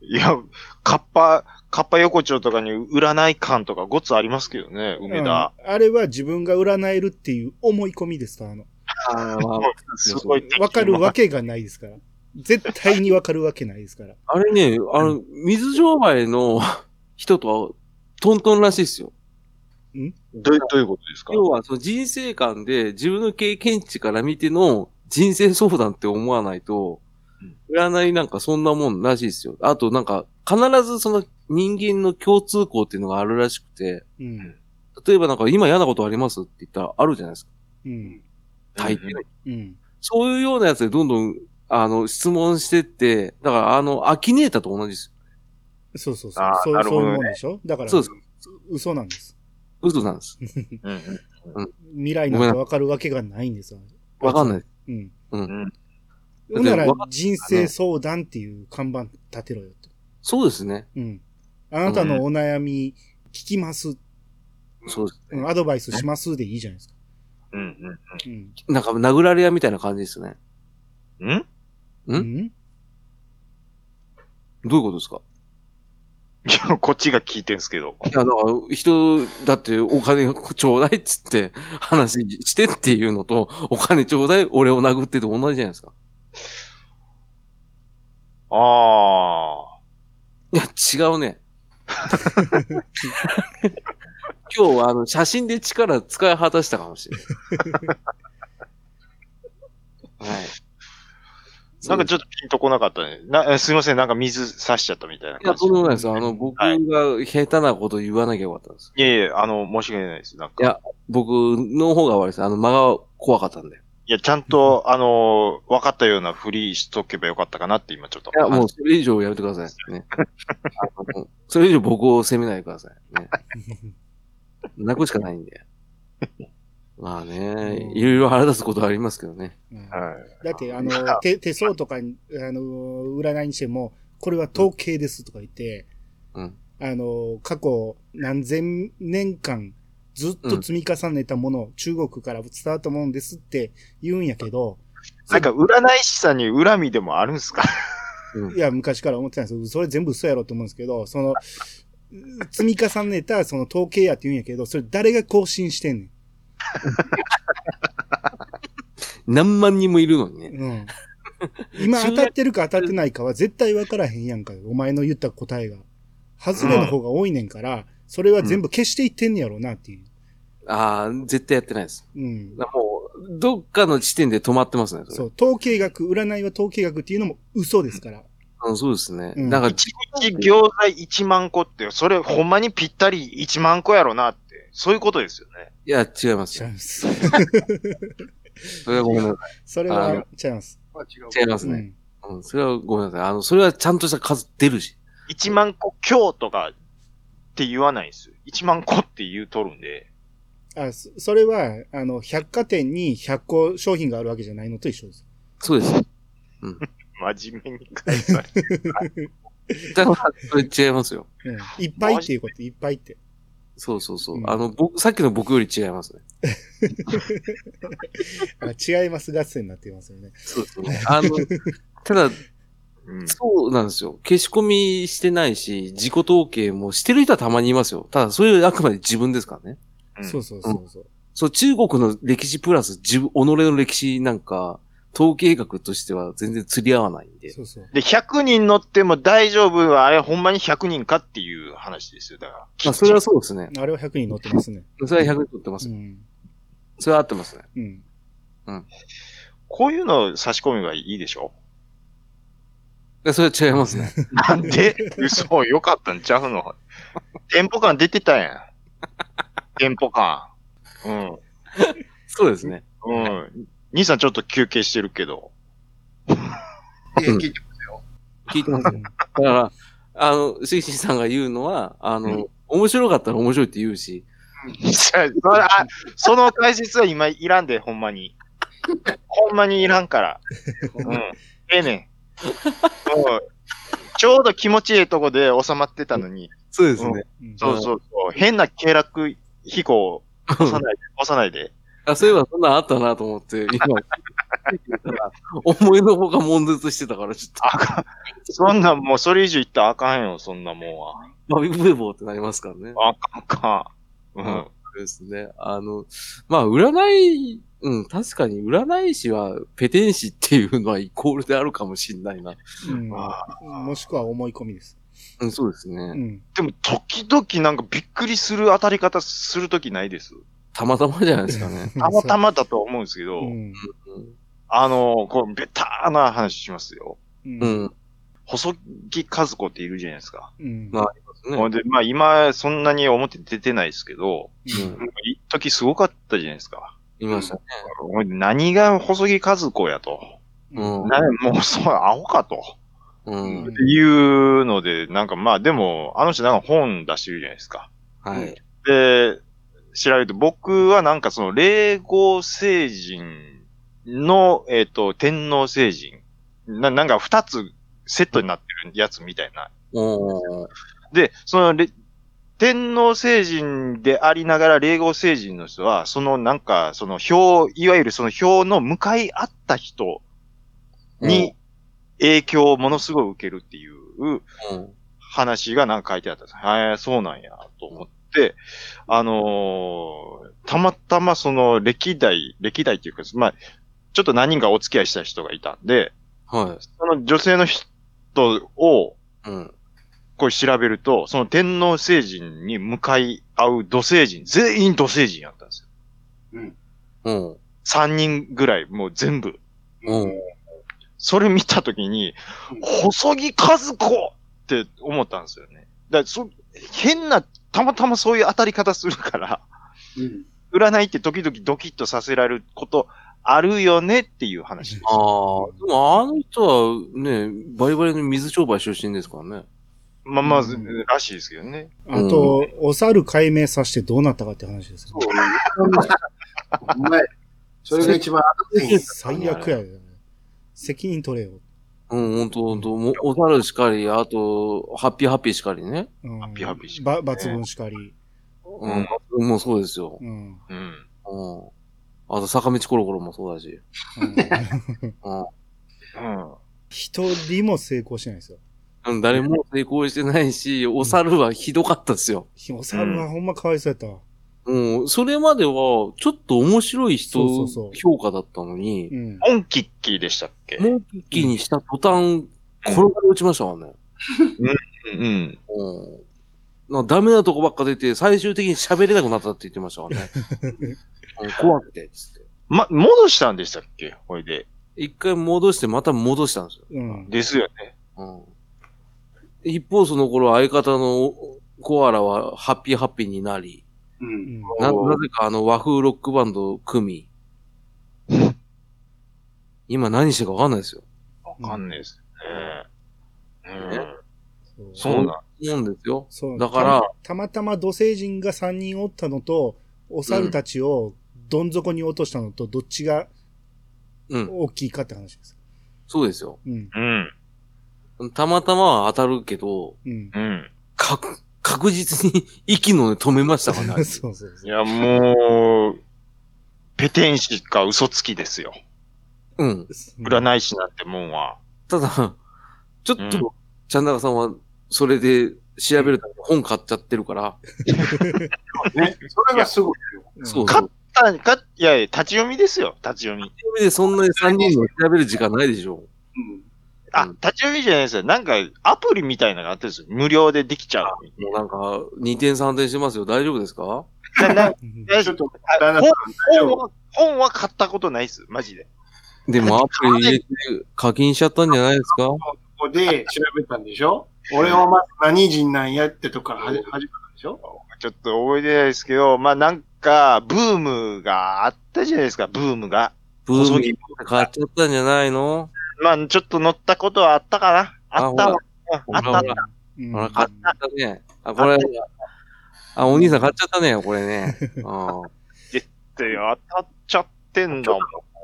[SPEAKER 2] いや、カッパ、カッパ横丁とかに占い館とかごつありますけどね、梅田。
[SPEAKER 4] うんあれは自分が占えるっていう思い込みですから、あの。
[SPEAKER 1] あーまあ
[SPEAKER 2] すごい。
[SPEAKER 4] わかるわけがないですから。絶対にわかるわけないですから。
[SPEAKER 1] あれね、あの、水商売の [laughs] 人とはトントンらしいですよ。
[SPEAKER 2] どうどういうことですか
[SPEAKER 1] 要は、その人生観で自分の経験値から見ての人生相談って思わないと、占いなんかそんなもんらしいですよ。あとなんか、必ずその人間の共通項っていうのがあるらしくて、
[SPEAKER 4] うん。
[SPEAKER 1] 例えばなんか今嫌なことありますって言ったらあるじゃないですか。
[SPEAKER 4] うん。
[SPEAKER 1] 大抵の。
[SPEAKER 4] うん。
[SPEAKER 1] そういうようなやつでどんどん、あの、質問してって、だからあの、アキネーターと同じです。
[SPEAKER 4] そうそうそう
[SPEAKER 2] あー。
[SPEAKER 4] そう
[SPEAKER 2] な
[SPEAKER 4] そ
[SPEAKER 2] る
[SPEAKER 4] う
[SPEAKER 2] ほ
[SPEAKER 4] い
[SPEAKER 2] ど
[SPEAKER 4] う
[SPEAKER 2] ね
[SPEAKER 4] もんでしょだから、
[SPEAKER 1] そうです。
[SPEAKER 4] 嘘なんです。
[SPEAKER 1] 嘘なんです。
[SPEAKER 2] うんうん
[SPEAKER 4] 未来なんてわかるわけがないんですよ。
[SPEAKER 1] わかんない。
[SPEAKER 4] うん。
[SPEAKER 1] うんだ
[SPEAKER 4] ほ
[SPEAKER 1] っ
[SPEAKER 4] ん
[SPEAKER 1] て
[SPEAKER 4] なら
[SPEAKER 1] わか、
[SPEAKER 4] 人生相談っていう看板立てろよと。
[SPEAKER 1] そうですね。
[SPEAKER 4] うん。あなたのお悩み聞きます。
[SPEAKER 1] そうです
[SPEAKER 4] う
[SPEAKER 1] ね。
[SPEAKER 4] ん、アドバイスしますでいいじゃないですか。
[SPEAKER 2] うん
[SPEAKER 4] うん。
[SPEAKER 1] なんか殴られ屋みたいな感じですね。
[SPEAKER 2] うん。ん
[SPEAKER 1] ん
[SPEAKER 4] うん
[SPEAKER 1] どういうことですか
[SPEAKER 2] いや、こっちが聞いてんすけど。
[SPEAKER 1] いや、だから、人、だってお金ちょうだいっつって話してっていうのと、お金ちょうだい、俺を殴ってと同じじゃないですか。
[SPEAKER 2] あ
[SPEAKER 1] いや、違うね。今日はあの、写真で力使い果たしたかもしれない。はい。
[SPEAKER 2] あ。なんかちょっとピンとこなかったね。なえすいません、なんか水さしちゃったみたいない
[SPEAKER 1] や、
[SPEAKER 2] 感じ。
[SPEAKER 1] とんでもないです。あの、僕が下手なこと言わなきゃよかったんです。
[SPEAKER 2] いやいや、あの、申し訳ないです。なんか。
[SPEAKER 1] いや僕の方が悪いです。あの、間が怖かったんで。い
[SPEAKER 2] いや、ちゃんと、あの、分かったようなふりしとけばよかったかなって今ちょっと。
[SPEAKER 1] や、もうそれ以上やめてください。ね。あのそれ以上僕を責めないでください。ね。泣くしかないんで。まあね、いろいろ腹立つことはありますけどね。
[SPEAKER 4] うん
[SPEAKER 2] はい。
[SPEAKER 4] だって、あの、
[SPEAKER 1] [laughs]
[SPEAKER 4] 手、手相とかに、あの、占いにしても、これは統計ですとか言って、
[SPEAKER 1] うん
[SPEAKER 4] あの、過去何千年間ずっと積み重ねたもの、中国から伝わったものですって言うんやけど、
[SPEAKER 2] なんか、占い師さんに恨みでもあるんすか
[SPEAKER 1] うん
[SPEAKER 4] いや、昔から思ってたんですけど、それ全部嘘やろと思うんですけど、その、積み重ねたその統計やって言うんやけど、それ誰が更新してんねん。
[SPEAKER 1] 何万人もいるのにね。
[SPEAKER 4] うん。今当たってるか当たってないかは絶対分からへんやんか。お前の言った答えが。外れの方が多いねんから、それは全部消していってんねやろうなっていう。
[SPEAKER 1] ああ、絶対やってないです。
[SPEAKER 4] う
[SPEAKER 1] も
[SPEAKER 4] ん。
[SPEAKER 1] う、どっかの地点で止まってますね。それ
[SPEAKER 4] そう、統計学、占いは統計学っていうのも嘘ですから。
[SPEAKER 1] うんそうですね。
[SPEAKER 4] うん
[SPEAKER 1] なんか、
[SPEAKER 2] 一日餃子1万個って、それほんまにぴったり1万個やろなって、そういうことですよね。
[SPEAKER 1] いや、違いま
[SPEAKER 4] ち
[SPEAKER 1] す
[SPEAKER 4] ゃい
[SPEAKER 1] よ。
[SPEAKER 4] ます。
[SPEAKER 1] それはごめんなさ
[SPEAKER 4] [laughs] それ
[SPEAKER 1] あ
[SPEAKER 4] は
[SPEAKER 1] の
[SPEAKER 4] ちゃいます。
[SPEAKER 3] まあ違う。
[SPEAKER 1] い。違います
[SPEAKER 4] う
[SPEAKER 1] ね。
[SPEAKER 4] ん。
[SPEAKER 1] うん、それはごめんなさい。あの、それはちゃんとした数出るし。
[SPEAKER 2] 1万個今日とかって言わないんですよ。1万個って言うとるんで。
[SPEAKER 4] あ、そそれは、あの、百貨店に100個商品があるわけじゃないのと一緒です。
[SPEAKER 1] そうです。 [laughs]
[SPEAKER 2] 真面目に返されて。
[SPEAKER 1] だから、それ違いますよ。
[SPEAKER 4] うん。いっぱいっていうこと、いっぱいって。
[SPEAKER 1] そうそうそうう。
[SPEAKER 4] ん
[SPEAKER 1] あの、僕、さっきの僕より違いますね。
[SPEAKER 4] あ違います合戦になっていますよね。
[SPEAKER 1] そうですね。あ [laughs] の、ただ、
[SPEAKER 2] うん
[SPEAKER 1] そうなんですよ。消し込みしてないし、自己統計もしてる人はたまにいますよ。ただ、それはあくまで自分ですからね。
[SPEAKER 2] うん
[SPEAKER 4] そうそうそうそう。
[SPEAKER 1] そう、中国の歴史プラス自分、己の歴史なんか、統計学としては全然釣り合わないんで。
[SPEAKER 4] そうそう。
[SPEAKER 2] で、100人乗っても大丈夫は、あれほんまに100人かっていう話ですよ。だから。
[SPEAKER 1] まあ、それはそうですね。
[SPEAKER 4] あれは100人乗ってますね。
[SPEAKER 1] それは100取ってま
[SPEAKER 4] う
[SPEAKER 1] す。
[SPEAKER 4] ん。
[SPEAKER 1] それは合ってますね。
[SPEAKER 4] うん。
[SPEAKER 2] こういうのを差し込みがいいでしょ
[SPEAKER 1] やそれは違いますね。
[SPEAKER 2] なん
[SPEAKER 1] [laughs]
[SPEAKER 2] で嘘、よかったんちゃうの店舗感出てたやん。店舗感。うん。
[SPEAKER 1] そうですね。
[SPEAKER 2] うん。兄さんちょっと休憩してるけど。
[SPEAKER 3] いや聞いて
[SPEAKER 1] 聞いてます
[SPEAKER 4] [laughs]
[SPEAKER 1] よ。だから、あの、シーシーさんが言うのは、あの、
[SPEAKER 2] うん
[SPEAKER 1] 面白かったら面白いって言うし、
[SPEAKER 2] それ [laughs] あその解説は今いらんで、ほんまに。ほんまにいらんから。うん。ええねん。うんちょうど気持ちいいとこで収まってたのに。
[SPEAKER 1] そうです
[SPEAKER 2] ね。
[SPEAKER 4] うん
[SPEAKER 2] そうそうそう。変な経落飛行押さないで、押さないで。
[SPEAKER 1] あそういえばそんなんあったなと思って、今、思いのほか悶絶してたから、ちょっ
[SPEAKER 2] あかん。そんなんもうそれ以上言ったらあかんよ、そんなもんは。
[SPEAKER 1] と、バビブーボーってなりますからね。
[SPEAKER 2] あかんあかん。うん。
[SPEAKER 1] そうですね。あの、まあ、占い、うん、確かに占い師はペテン師っていうのはイコールであるかもしんないな。
[SPEAKER 4] うん
[SPEAKER 2] あ
[SPEAKER 4] もしくは思い込みです。
[SPEAKER 1] うん、そうです
[SPEAKER 4] う
[SPEAKER 1] ね。
[SPEAKER 4] ん。
[SPEAKER 2] でも、時々なんかびっくりする当たり方するときないです。
[SPEAKER 1] たまたまじゃないですかね。
[SPEAKER 2] たまたまだと思うんですけど、
[SPEAKER 4] うん。
[SPEAKER 1] うん
[SPEAKER 2] あの、こう、ベターな話しますよ。
[SPEAKER 4] うん。
[SPEAKER 1] う
[SPEAKER 4] うん。
[SPEAKER 1] ん。
[SPEAKER 2] 細木和子っているじゃないですか。
[SPEAKER 4] うん。
[SPEAKER 1] まあね
[SPEAKER 2] ほんで、まあ今、そんなに表出てないですけど、
[SPEAKER 1] うん。
[SPEAKER 2] 一時すごかったじゃないですか。
[SPEAKER 1] いましたね。
[SPEAKER 2] ほんで何が細木和子やと。
[SPEAKER 1] うん。
[SPEAKER 2] なもう、そう、アホかと。
[SPEAKER 1] うん。
[SPEAKER 2] っていうので、なんかまあでも、あの人なんか本出してるじゃないですか。
[SPEAKER 1] はい。
[SPEAKER 2] で、調べると、僕はなんかその、霊合星人の、えっ、と、天皇星人。な、なんか二つセットになってるやつみたいな。
[SPEAKER 1] おー。
[SPEAKER 2] で、そのれ、天皇星人でありながら、霊合星人の人は、そのなんか、その表、いわゆるその表の向かい合った人に影響をものすごい受けるっていう
[SPEAKER 1] うん、
[SPEAKER 2] 話がなんか書いてあったんです。はい、そうなんや、と思って、あのーたまたまその歴代、歴代っていうか、まあ、ちょっと何人かお付き合いした人がいたんで、
[SPEAKER 1] は
[SPEAKER 2] その女性の人を、
[SPEAKER 1] い。うん。
[SPEAKER 2] これ調べると、その天皇星人に向かい合う土星人、全員土星人やったんですよ。
[SPEAKER 1] うん。
[SPEAKER 2] 3人ぐらい、もう全部。
[SPEAKER 1] うん。
[SPEAKER 2] それ見たときに
[SPEAKER 3] うん、
[SPEAKER 2] 細木和子って思ったんですよね。だからそ変な、たまたまそういう当たり方するから、
[SPEAKER 3] うん。
[SPEAKER 2] 占いって時々ドキッとさせられることあるよねっていう話です
[SPEAKER 1] ああ、でもあの人はね、バリバリの水商売出身ですからね。
[SPEAKER 2] まあまあ、
[SPEAKER 4] うん
[SPEAKER 2] らしいですけどね。
[SPEAKER 4] あと、お猿解明させてどうなったかって話ですよ
[SPEAKER 3] そう。お前、それが一番当たってへんやつ
[SPEAKER 4] 最悪やで。責任取れよ。
[SPEAKER 1] うん、ほんとほんと、もお猿しかり、あと、ハッピーハッピーしかりね。
[SPEAKER 4] うん。
[SPEAKER 2] ピハピし
[SPEAKER 4] ば抜群しかり。
[SPEAKER 1] うん、もうそうですよ。
[SPEAKER 4] うん。うん
[SPEAKER 2] うん。うん
[SPEAKER 1] うん。あと、坂道コロコロもそうだし。うん。
[SPEAKER 4] 一人も成功しないですよ。
[SPEAKER 1] うん、誰も成功してないし、お猿はひどかったですよ。
[SPEAKER 4] ひお猿はほんまかわいそうやったわ。
[SPEAKER 1] うん、それまでは、ちょっと面白い人
[SPEAKER 4] そうそうそう
[SPEAKER 1] 評価だったのに
[SPEAKER 4] う、ん。
[SPEAKER 2] モンキッキーでしたっけ
[SPEAKER 1] もう一気にした途端、転がり落ちましたからね。
[SPEAKER 2] うんうん。
[SPEAKER 1] うん。なんかダメなとこばっか出て、最終的に喋れなくなったって言ってましたからね。
[SPEAKER 4] [laughs]
[SPEAKER 1] うん怖くて、つって。
[SPEAKER 2] ま、戻したんでしたっけほいで。
[SPEAKER 1] 一回戻して、また戻したんですよ。
[SPEAKER 4] うん。
[SPEAKER 2] ですよね。
[SPEAKER 1] うん。一方、その頃、相方のコアラはハッピーハッピーになり、
[SPEAKER 3] う。
[SPEAKER 4] うんん
[SPEAKER 1] な、
[SPEAKER 2] おー
[SPEAKER 1] なぜかあの和風ロックバンドを組
[SPEAKER 4] [laughs]
[SPEAKER 1] み、今何してるかわかんないですよ。
[SPEAKER 2] わかんないですね。
[SPEAKER 1] ね
[SPEAKER 2] うん。
[SPEAKER 4] そ
[SPEAKER 2] そううなん
[SPEAKER 1] 思うんですよ。
[SPEAKER 4] そう。
[SPEAKER 1] だから
[SPEAKER 4] た、たまたま土星人が3人おったのと、お猿たちをどん底に落としたのと、どっちが
[SPEAKER 1] うん。
[SPEAKER 4] 大きいかって話です。
[SPEAKER 1] そうですよ。
[SPEAKER 4] うん。
[SPEAKER 2] うん。
[SPEAKER 1] たまたまは当たるけど、
[SPEAKER 4] うん。
[SPEAKER 2] うん。
[SPEAKER 1] かく、確実に息の根止めましたからね。
[SPEAKER 4] [laughs] そうそう
[SPEAKER 2] い
[SPEAKER 4] そう。
[SPEAKER 2] や、もう、ペテン師か嘘つきですよ。
[SPEAKER 1] うん。
[SPEAKER 2] 占い師なんてもんは。
[SPEAKER 1] ただ、ちょっと、
[SPEAKER 2] うん
[SPEAKER 1] ちゃんなかさんは、それで調べるために本買っちゃってるから、
[SPEAKER 3] ね、それがすごいよ。
[SPEAKER 4] うん
[SPEAKER 1] そうそう
[SPEAKER 2] か。たか、いやいや、立ち読みですよ、立ち読み。
[SPEAKER 1] それでそんなに3人の調べる時間ないでしょ。
[SPEAKER 2] あ、
[SPEAKER 1] うん
[SPEAKER 2] 立ち読みじゃないですよ。なんか、アプリみたいなのがあってるんですよ。無料でできちゃう。
[SPEAKER 1] もうなんか、2点3点してますよ。大丈夫ですか
[SPEAKER 2] なな
[SPEAKER 4] うん
[SPEAKER 3] う
[SPEAKER 2] 大
[SPEAKER 3] ん。ち
[SPEAKER 2] 丈
[SPEAKER 3] ょっと、
[SPEAKER 2] 夫
[SPEAKER 3] 旦那さん
[SPEAKER 2] [laughs] 本本は、本は買ったことないです、マジで。
[SPEAKER 1] [laughs] でもアプリ入れて課金しちゃったんじゃないですか
[SPEAKER 3] こで調べたんでしょ俺はまず何人なんやってとこから始始まったんでしょ
[SPEAKER 2] ちょっと覚えてないですけど、まあなんか、ブームがあったじゃないですか、ブームが。
[SPEAKER 1] ブームに変わっちゃったんじゃないの
[SPEAKER 2] まあちょっと乗ったことはあったかなあったわうん
[SPEAKER 1] ほ
[SPEAKER 2] あ
[SPEAKER 1] ら
[SPEAKER 2] った
[SPEAKER 1] ほら
[SPEAKER 2] あっ
[SPEAKER 1] ほらほ
[SPEAKER 2] た。
[SPEAKER 4] うん
[SPEAKER 1] ら、買っちゃったね。あ、これ、あ、お兄さん買っちゃったね、これ [laughs] ね。うん。
[SPEAKER 2] って当たっちゃってんだもん。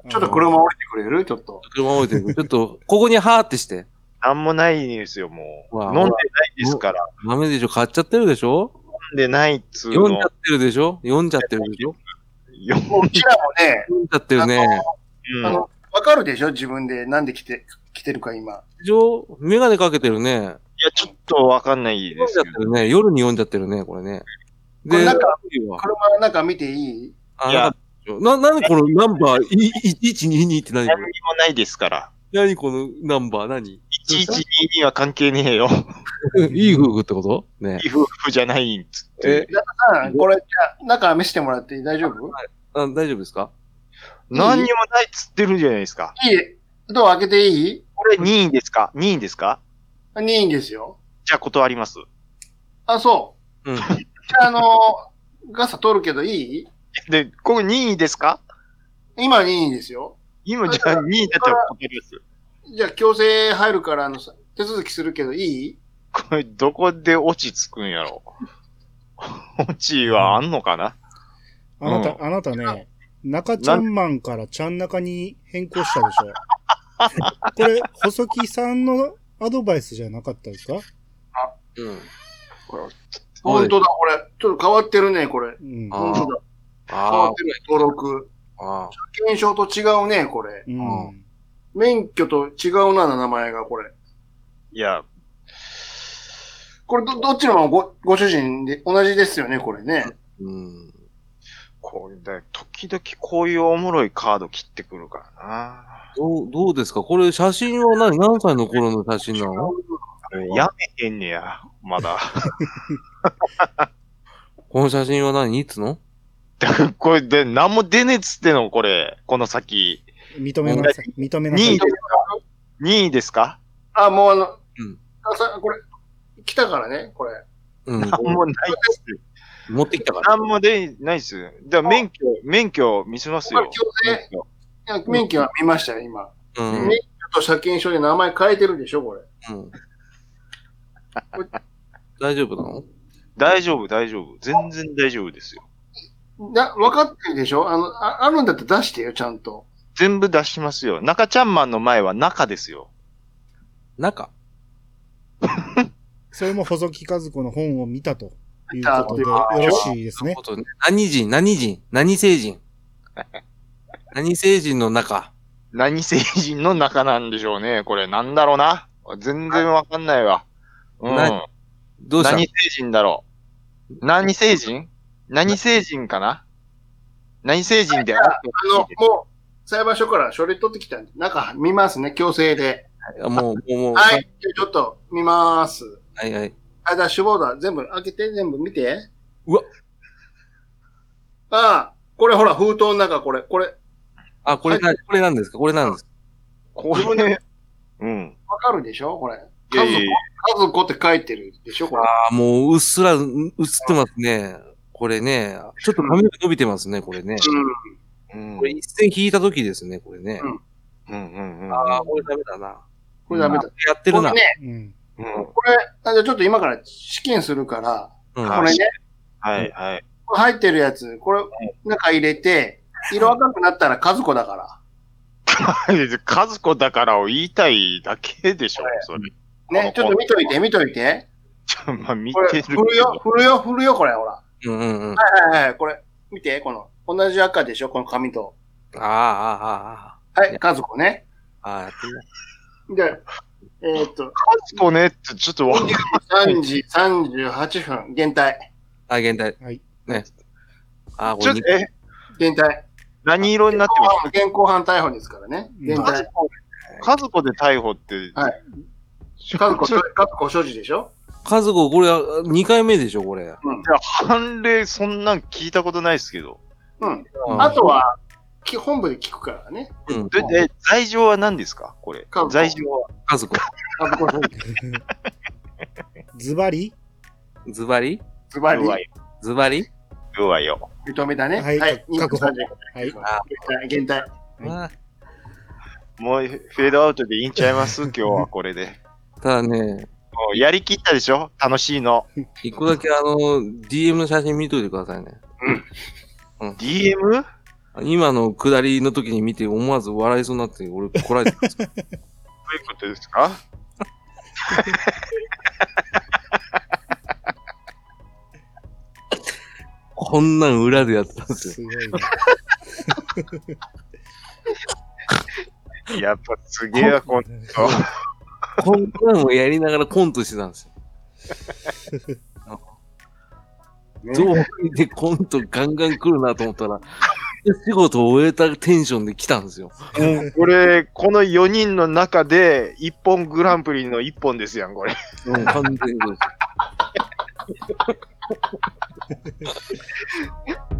[SPEAKER 3] ちょっと車降りてくれるちょっと。
[SPEAKER 1] 車置いてる。ちょっと、ここにハーってして。
[SPEAKER 2] なんもないですよ、もう。
[SPEAKER 1] わ
[SPEAKER 2] 飲
[SPEAKER 1] あ
[SPEAKER 2] んでないですから。
[SPEAKER 1] ダメでしょ買っちゃってるでしょ
[SPEAKER 2] 飲んでないっつう
[SPEAKER 1] 読ん
[SPEAKER 2] の
[SPEAKER 1] じゃ。ってるでしょ読んじゃってるでしょ
[SPEAKER 2] よ
[SPEAKER 3] もううちらもね、
[SPEAKER 1] 読んじゃってるね。
[SPEAKER 2] うん
[SPEAKER 3] あの、わかるでしょ自分でなんで来て、来てるか今。
[SPEAKER 1] 一応、メガネかけてるね。
[SPEAKER 2] いや、ちょっとわかんないで
[SPEAKER 1] 読ん
[SPEAKER 2] す
[SPEAKER 1] じゃっ
[SPEAKER 2] け
[SPEAKER 1] て
[SPEAKER 2] ど。
[SPEAKER 1] るね。夜に読んじゃってるね、これね。
[SPEAKER 3] これなんか
[SPEAKER 1] いいわ
[SPEAKER 3] 車の中見ていい
[SPEAKER 1] あ
[SPEAKER 2] いや
[SPEAKER 1] なんかな、なんでこのナンバー、いい1122って何こ
[SPEAKER 2] 何に
[SPEAKER 1] れ
[SPEAKER 2] もないですから。
[SPEAKER 1] 何このナンバー [laughs] 何
[SPEAKER 2] 1122は関係ねえよ。
[SPEAKER 1] いい夫婦ってことね。
[SPEAKER 2] いい夫婦じゃないっつっ
[SPEAKER 1] え
[SPEAKER 2] て。
[SPEAKER 3] あこれ、じゃあ中見せてもらって大丈夫
[SPEAKER 1] あ大丈夫ですか
[SPEAKER 2] 何にもないっつってるじゃないですか。
[SPEAKER 3] いいドア開けていい
[SPEAKER 2] これ任意ですか任意ですか
[SPEAKER 3] ?2 位ですよ。
[SPEAKER 2] じゃあ断ります。
[SPEAKER 3] あ、そ
[SPEAKER 1] うん。
[SPEAKER 3] う。じゃあ、あのー、ガサ取るけどいい
[SPEAKER 2] で、ここ任意ですか
[SPEAKER 3] 今2位ですよ。
[SPEAKER 2] 今じゃあ任意だったら断ります。
[SPEAKER 3] じゃあ、強制入るから、あの、手続きするけどいい
[SPEAKER 2] これどこで落ちつくんやろ。 [laughs] 落ちはあんのかな
[SPEAKER 4] あなた、あなたね、中ちゃんマンからちゃん中に変更したでしょ。これ、細木さんのアドバイスじゃなかったですか
[SPEAKER 1] うん。そう
[SPEAKER 3] 本
[SPEAKER 1] です
[SPEAKER 3] 当だ、これ。ちょっと変わってるね、これ。
[SPEAKER 4] うん。
[SPEAKER 1] あ
[SPEAKER 3] 本当だ。変わ
[SPEAKER 1] あ
[SPEAKER 3] ってる。登録。
[SPEAKER 1] あ、ああ。
[SPEAKER 3] 検証と違うね、これ。
[SPEAKER 4] うん。
[SPEAKER 3] 免許と違うな、名前が、これ。
[SPEAKER 2] いや、
[SPEAKER 3] これど、どっちのもご、ご主人で、同じですよね、これね。
[SPEAKER 1] うん。
[SPEAKER 2] これだ、時々こういうおもろいカード切ってくるからな。
[SPEAKER 1] どう、どうですかこれ写真は何何歳の頃の写真なの
[SPEAKER 2] やめへんねや、まだ。 [laughs]
[SPEAKER 1] この写真は何いつの
[SPEAKER 2] だからこれで、なんも出ねえっつってんの、これ。この先。
[SPEAKER 4] 認めなさい。認めなさ
[SPEAKER 2] 任
[SPEAKER 4] い
[SPEAKER 2] 意。ですか任意ですか
[SPEAKER 3] あ、もうあの、
[SPEAKER 1] うん
[SPEAKER 3] あさこれ、来たからね、これ。
[SPEAKER 1] うん。 [laughs]
[SPEAKER 2] なんもないっすよ。
[SPEAKER 1] 持ってきたから。
[SPEAKER 2] なんも出ないっすよ。じゃあ免許、免許見せます
[SPEAKER 3] これ
[SPEAKER 2] よ
[SPEAKER 3] 強。制、いや免許は見ましたよ、今。
[SPEAKER 1] うん。 [laughs] うん
[SPEAKER 3] 免許と車検証で名前変えてるでしょ、これ。
[SPEAKER 1] 大丈夫なの
[SPEAKER 2] 大丈夫、大丈夫。全然大丈夫ですよ。
[SPEAKER 3] な、分かってるでしょあの、ああるんだって出してよ、ちゃんと。
[SPEAKER 2] 全部出しますよ。中ちゃんマンの前は中ですよ。
[SPEAKER 1] 中。
[SPEAKER 4] それも細木和子の本を見たという
[SPEAKER 3] たと
[SPEAKER 4] ことで、
[SPEAKER 3] いう
[SPEAKER 4] よ
[SPEAKER 3] ことで
[SPEAKER 4] ろしいです
[SPEAKER 1] そうい
[SPEAKER 4] ね
[SPEAKER 1] うこ。とね。何人何人何成
[SPEAKER 3] [laughs]
[SPEAKER 1] 人何成人の中。
[SPEAKER 2] 何成人の中なんでしょうね。これなんだろうな。全然わかんないわ。うん。
[SPEAKER 1] などうした
[SPEAKER 2] 何成人だろう。何成人何成人かな何成人であって
[SPEAKER 3] あの、もう、裁判所から書類取ってきたんで、中見ますね、強制で。
[SPEAKER 1] あもう、もう、もう。
[SPEAKER 3] はい、じゃあちょっと見ます。
[SPEAKER 1] はいはい。
[SPEAKER 3] あ、ダッシュボードは全部開けて、全部見て。
[SPEAKER 1] うわ
[SPEAKER 3] ああ、これほら、封筒の中、これ、これ、
[SPEAKER 1] あ、これ、これなんですかこれなんですか
[SPEAKER 2] これ、うん。
[SPEAKER 3] わかるでしょこれ。
[SPEAKER 2] いやいやいや
[SPEAKER 3] 家族って書いてるでしょこれ。
[SPEAKER 1] あ、もう、うっすら、う映ってますね。これね。ちょっと髪が伸びてますね、これね。
[SPEAKER 3] うん。
[SPEAKER 2] うん。
[SPEAKER 1] これ一線引いた時ですね、これね。
[SPEAKER 2] うんうんうん。
[SPEAKER 1] ああ、これダメだな。
[SPEAKER 3] これダメだ。
[SPEAKER 1] やってるな。
[SPEAKER 3] これね、
[SPEAKER 4] うん。
[SPEAKER 2] うん
[SPEAKER 3] これ、あじゃあちょっと今から試験するから、
[SPEAKER 1] うん
[SPEAKER 2] あ
[SPEAKER 3] これね、
[SPEAKER 2] はいはい。
[SPEAKER 3] これ入ってるやつ、これ、中入れて、色赤くなったら和子だか
[SPEAKER 2] カズコだからを言いたいだけでしょ、それ。
[SPEAKER 3] ら。ね、ちょっと見といて、見といて。
[SPEAKER 2] ちょ、まあ、見
[SPEAKER 3] これ、
[SPEAKER 2] てるけ
[SPEAKER 3] 振
[SPEAKER 2] ど。
[SPEAKER 3] るよ、振るよ、振るよ、これ、ほら。
[SPEAKER 1] うんうんうん。あ
[SPEAKER 3] はいはいはい、これ、見て、この、同じ赤でしょこの紙と。
[SPEAKER 1] あ、あ
[SPEAKER 3] はい、和子ね。
[SPEAKER 1] あ、ああ、ああ、やってるね
[SPEAKER 3] で、えーっと、
[SPEAKER 2] カズコねって、ちょっとわかん
[SPEAKER 3] 3時38分、減退。
[SPEAKER 1] あ、現代。
[SPEAKER 4] はい。 [laughs]
[SPEAKER 1] ね。ああ、こ
[SPEAKER 2] ちょ
[SPEAKER 1] れ
[SPEAKER 2] っと、え、
[SPEAKER 3] 減退。
[SPEAKER 2] 何色になってます
[SPEAKER 3] 現行犯逮捕ですからね。
[SPEAKER 4] うん
[SPEAKER 3] 現
[SPEAKER 2] カ
[SPEAKER 3] 在
[SPEAKER 2] ズ、コ、カズコで逮捕って。
[SPEAKER 3] はい。
[SPEAKER 2] カ
[SPEAKER 3] カ
[SPEAKER 2] ズ
[SPEAKER 3] ズコ、
[SPEAKER 2] コ、
[SPEAKER 3] カズコ所持でしょ
[SPEAKER 1] カズコ、これ、2回目でしょ、これ。
[SPEAKER 2] 判例そんなん聞いたことないですけど。
[SPEAKER 3] うん。
[SPEAKER 1] うん
[SPEAKER 3] あとは、き本部で聞くからね。
[SPEAKER 1] うん
[SPEAKER 2] で、で罪状は何ですかこれ
[SPEAKER 3] カズ。コ
[SPEAKER 2] 罪状は。
[SPEAKER 1] 家族。
[SPEAKER 3] あこれ
[SPEAKER 4] ズバリ
[SPEAKER 1] ズバリ
[SPEAKER 3] [laughs] ズバリ
[SPEAKER 2] うわよ。
[SPEAKER 1] ズバリ
[SPEAKER 2] うわよ。
[SPEAKER 3] 認めたね。
[SPEAKER 4] はい確
[SPEAKER 3] 235
[SPEAKER 4] 保はい。
[SPEAKER 3] 現代。
[SPEAKER 4] はい
[SPEAKER 1] あ
[SPEAKER 2] もうフェードアウトでいいんちゃい
[SPEAKER 3] [laughs]
[SPEAKER 2] ます今日はこれで。
[SPEAKER 1] ーただね、
[SPEAKER 2] もうやりきったでしょ楽しいの。
[SPEAKER 1] 一個だけあの、DM の写真見といてくださいね。
[SPEAKER 2] DM?
[SPEAKER 1] 今の下りの時に見て思わず笑いそうになって、俺こらえて [laughs] たんですよ
[SPEAKER 2] どういうことですか
[SPEAKER 1] こんなん裏でやってたんですよ。
[SPEAKER 4] すごい
[SPEAKER 2] やっぱすげえわ、こん
[SPEAKER 4] ね。
[SPEAKER 1] こんなんをやりながらコントしてたんですよ。上品でコントガンガン来るなと思ったら、仕事を終えたテンションで来たんですよ。
[SPEAKER 2] うんこれ、この4人の中で、一本グランプリの一本ですやん、これ。
[SPEAKER 1] うん、完全にそうです。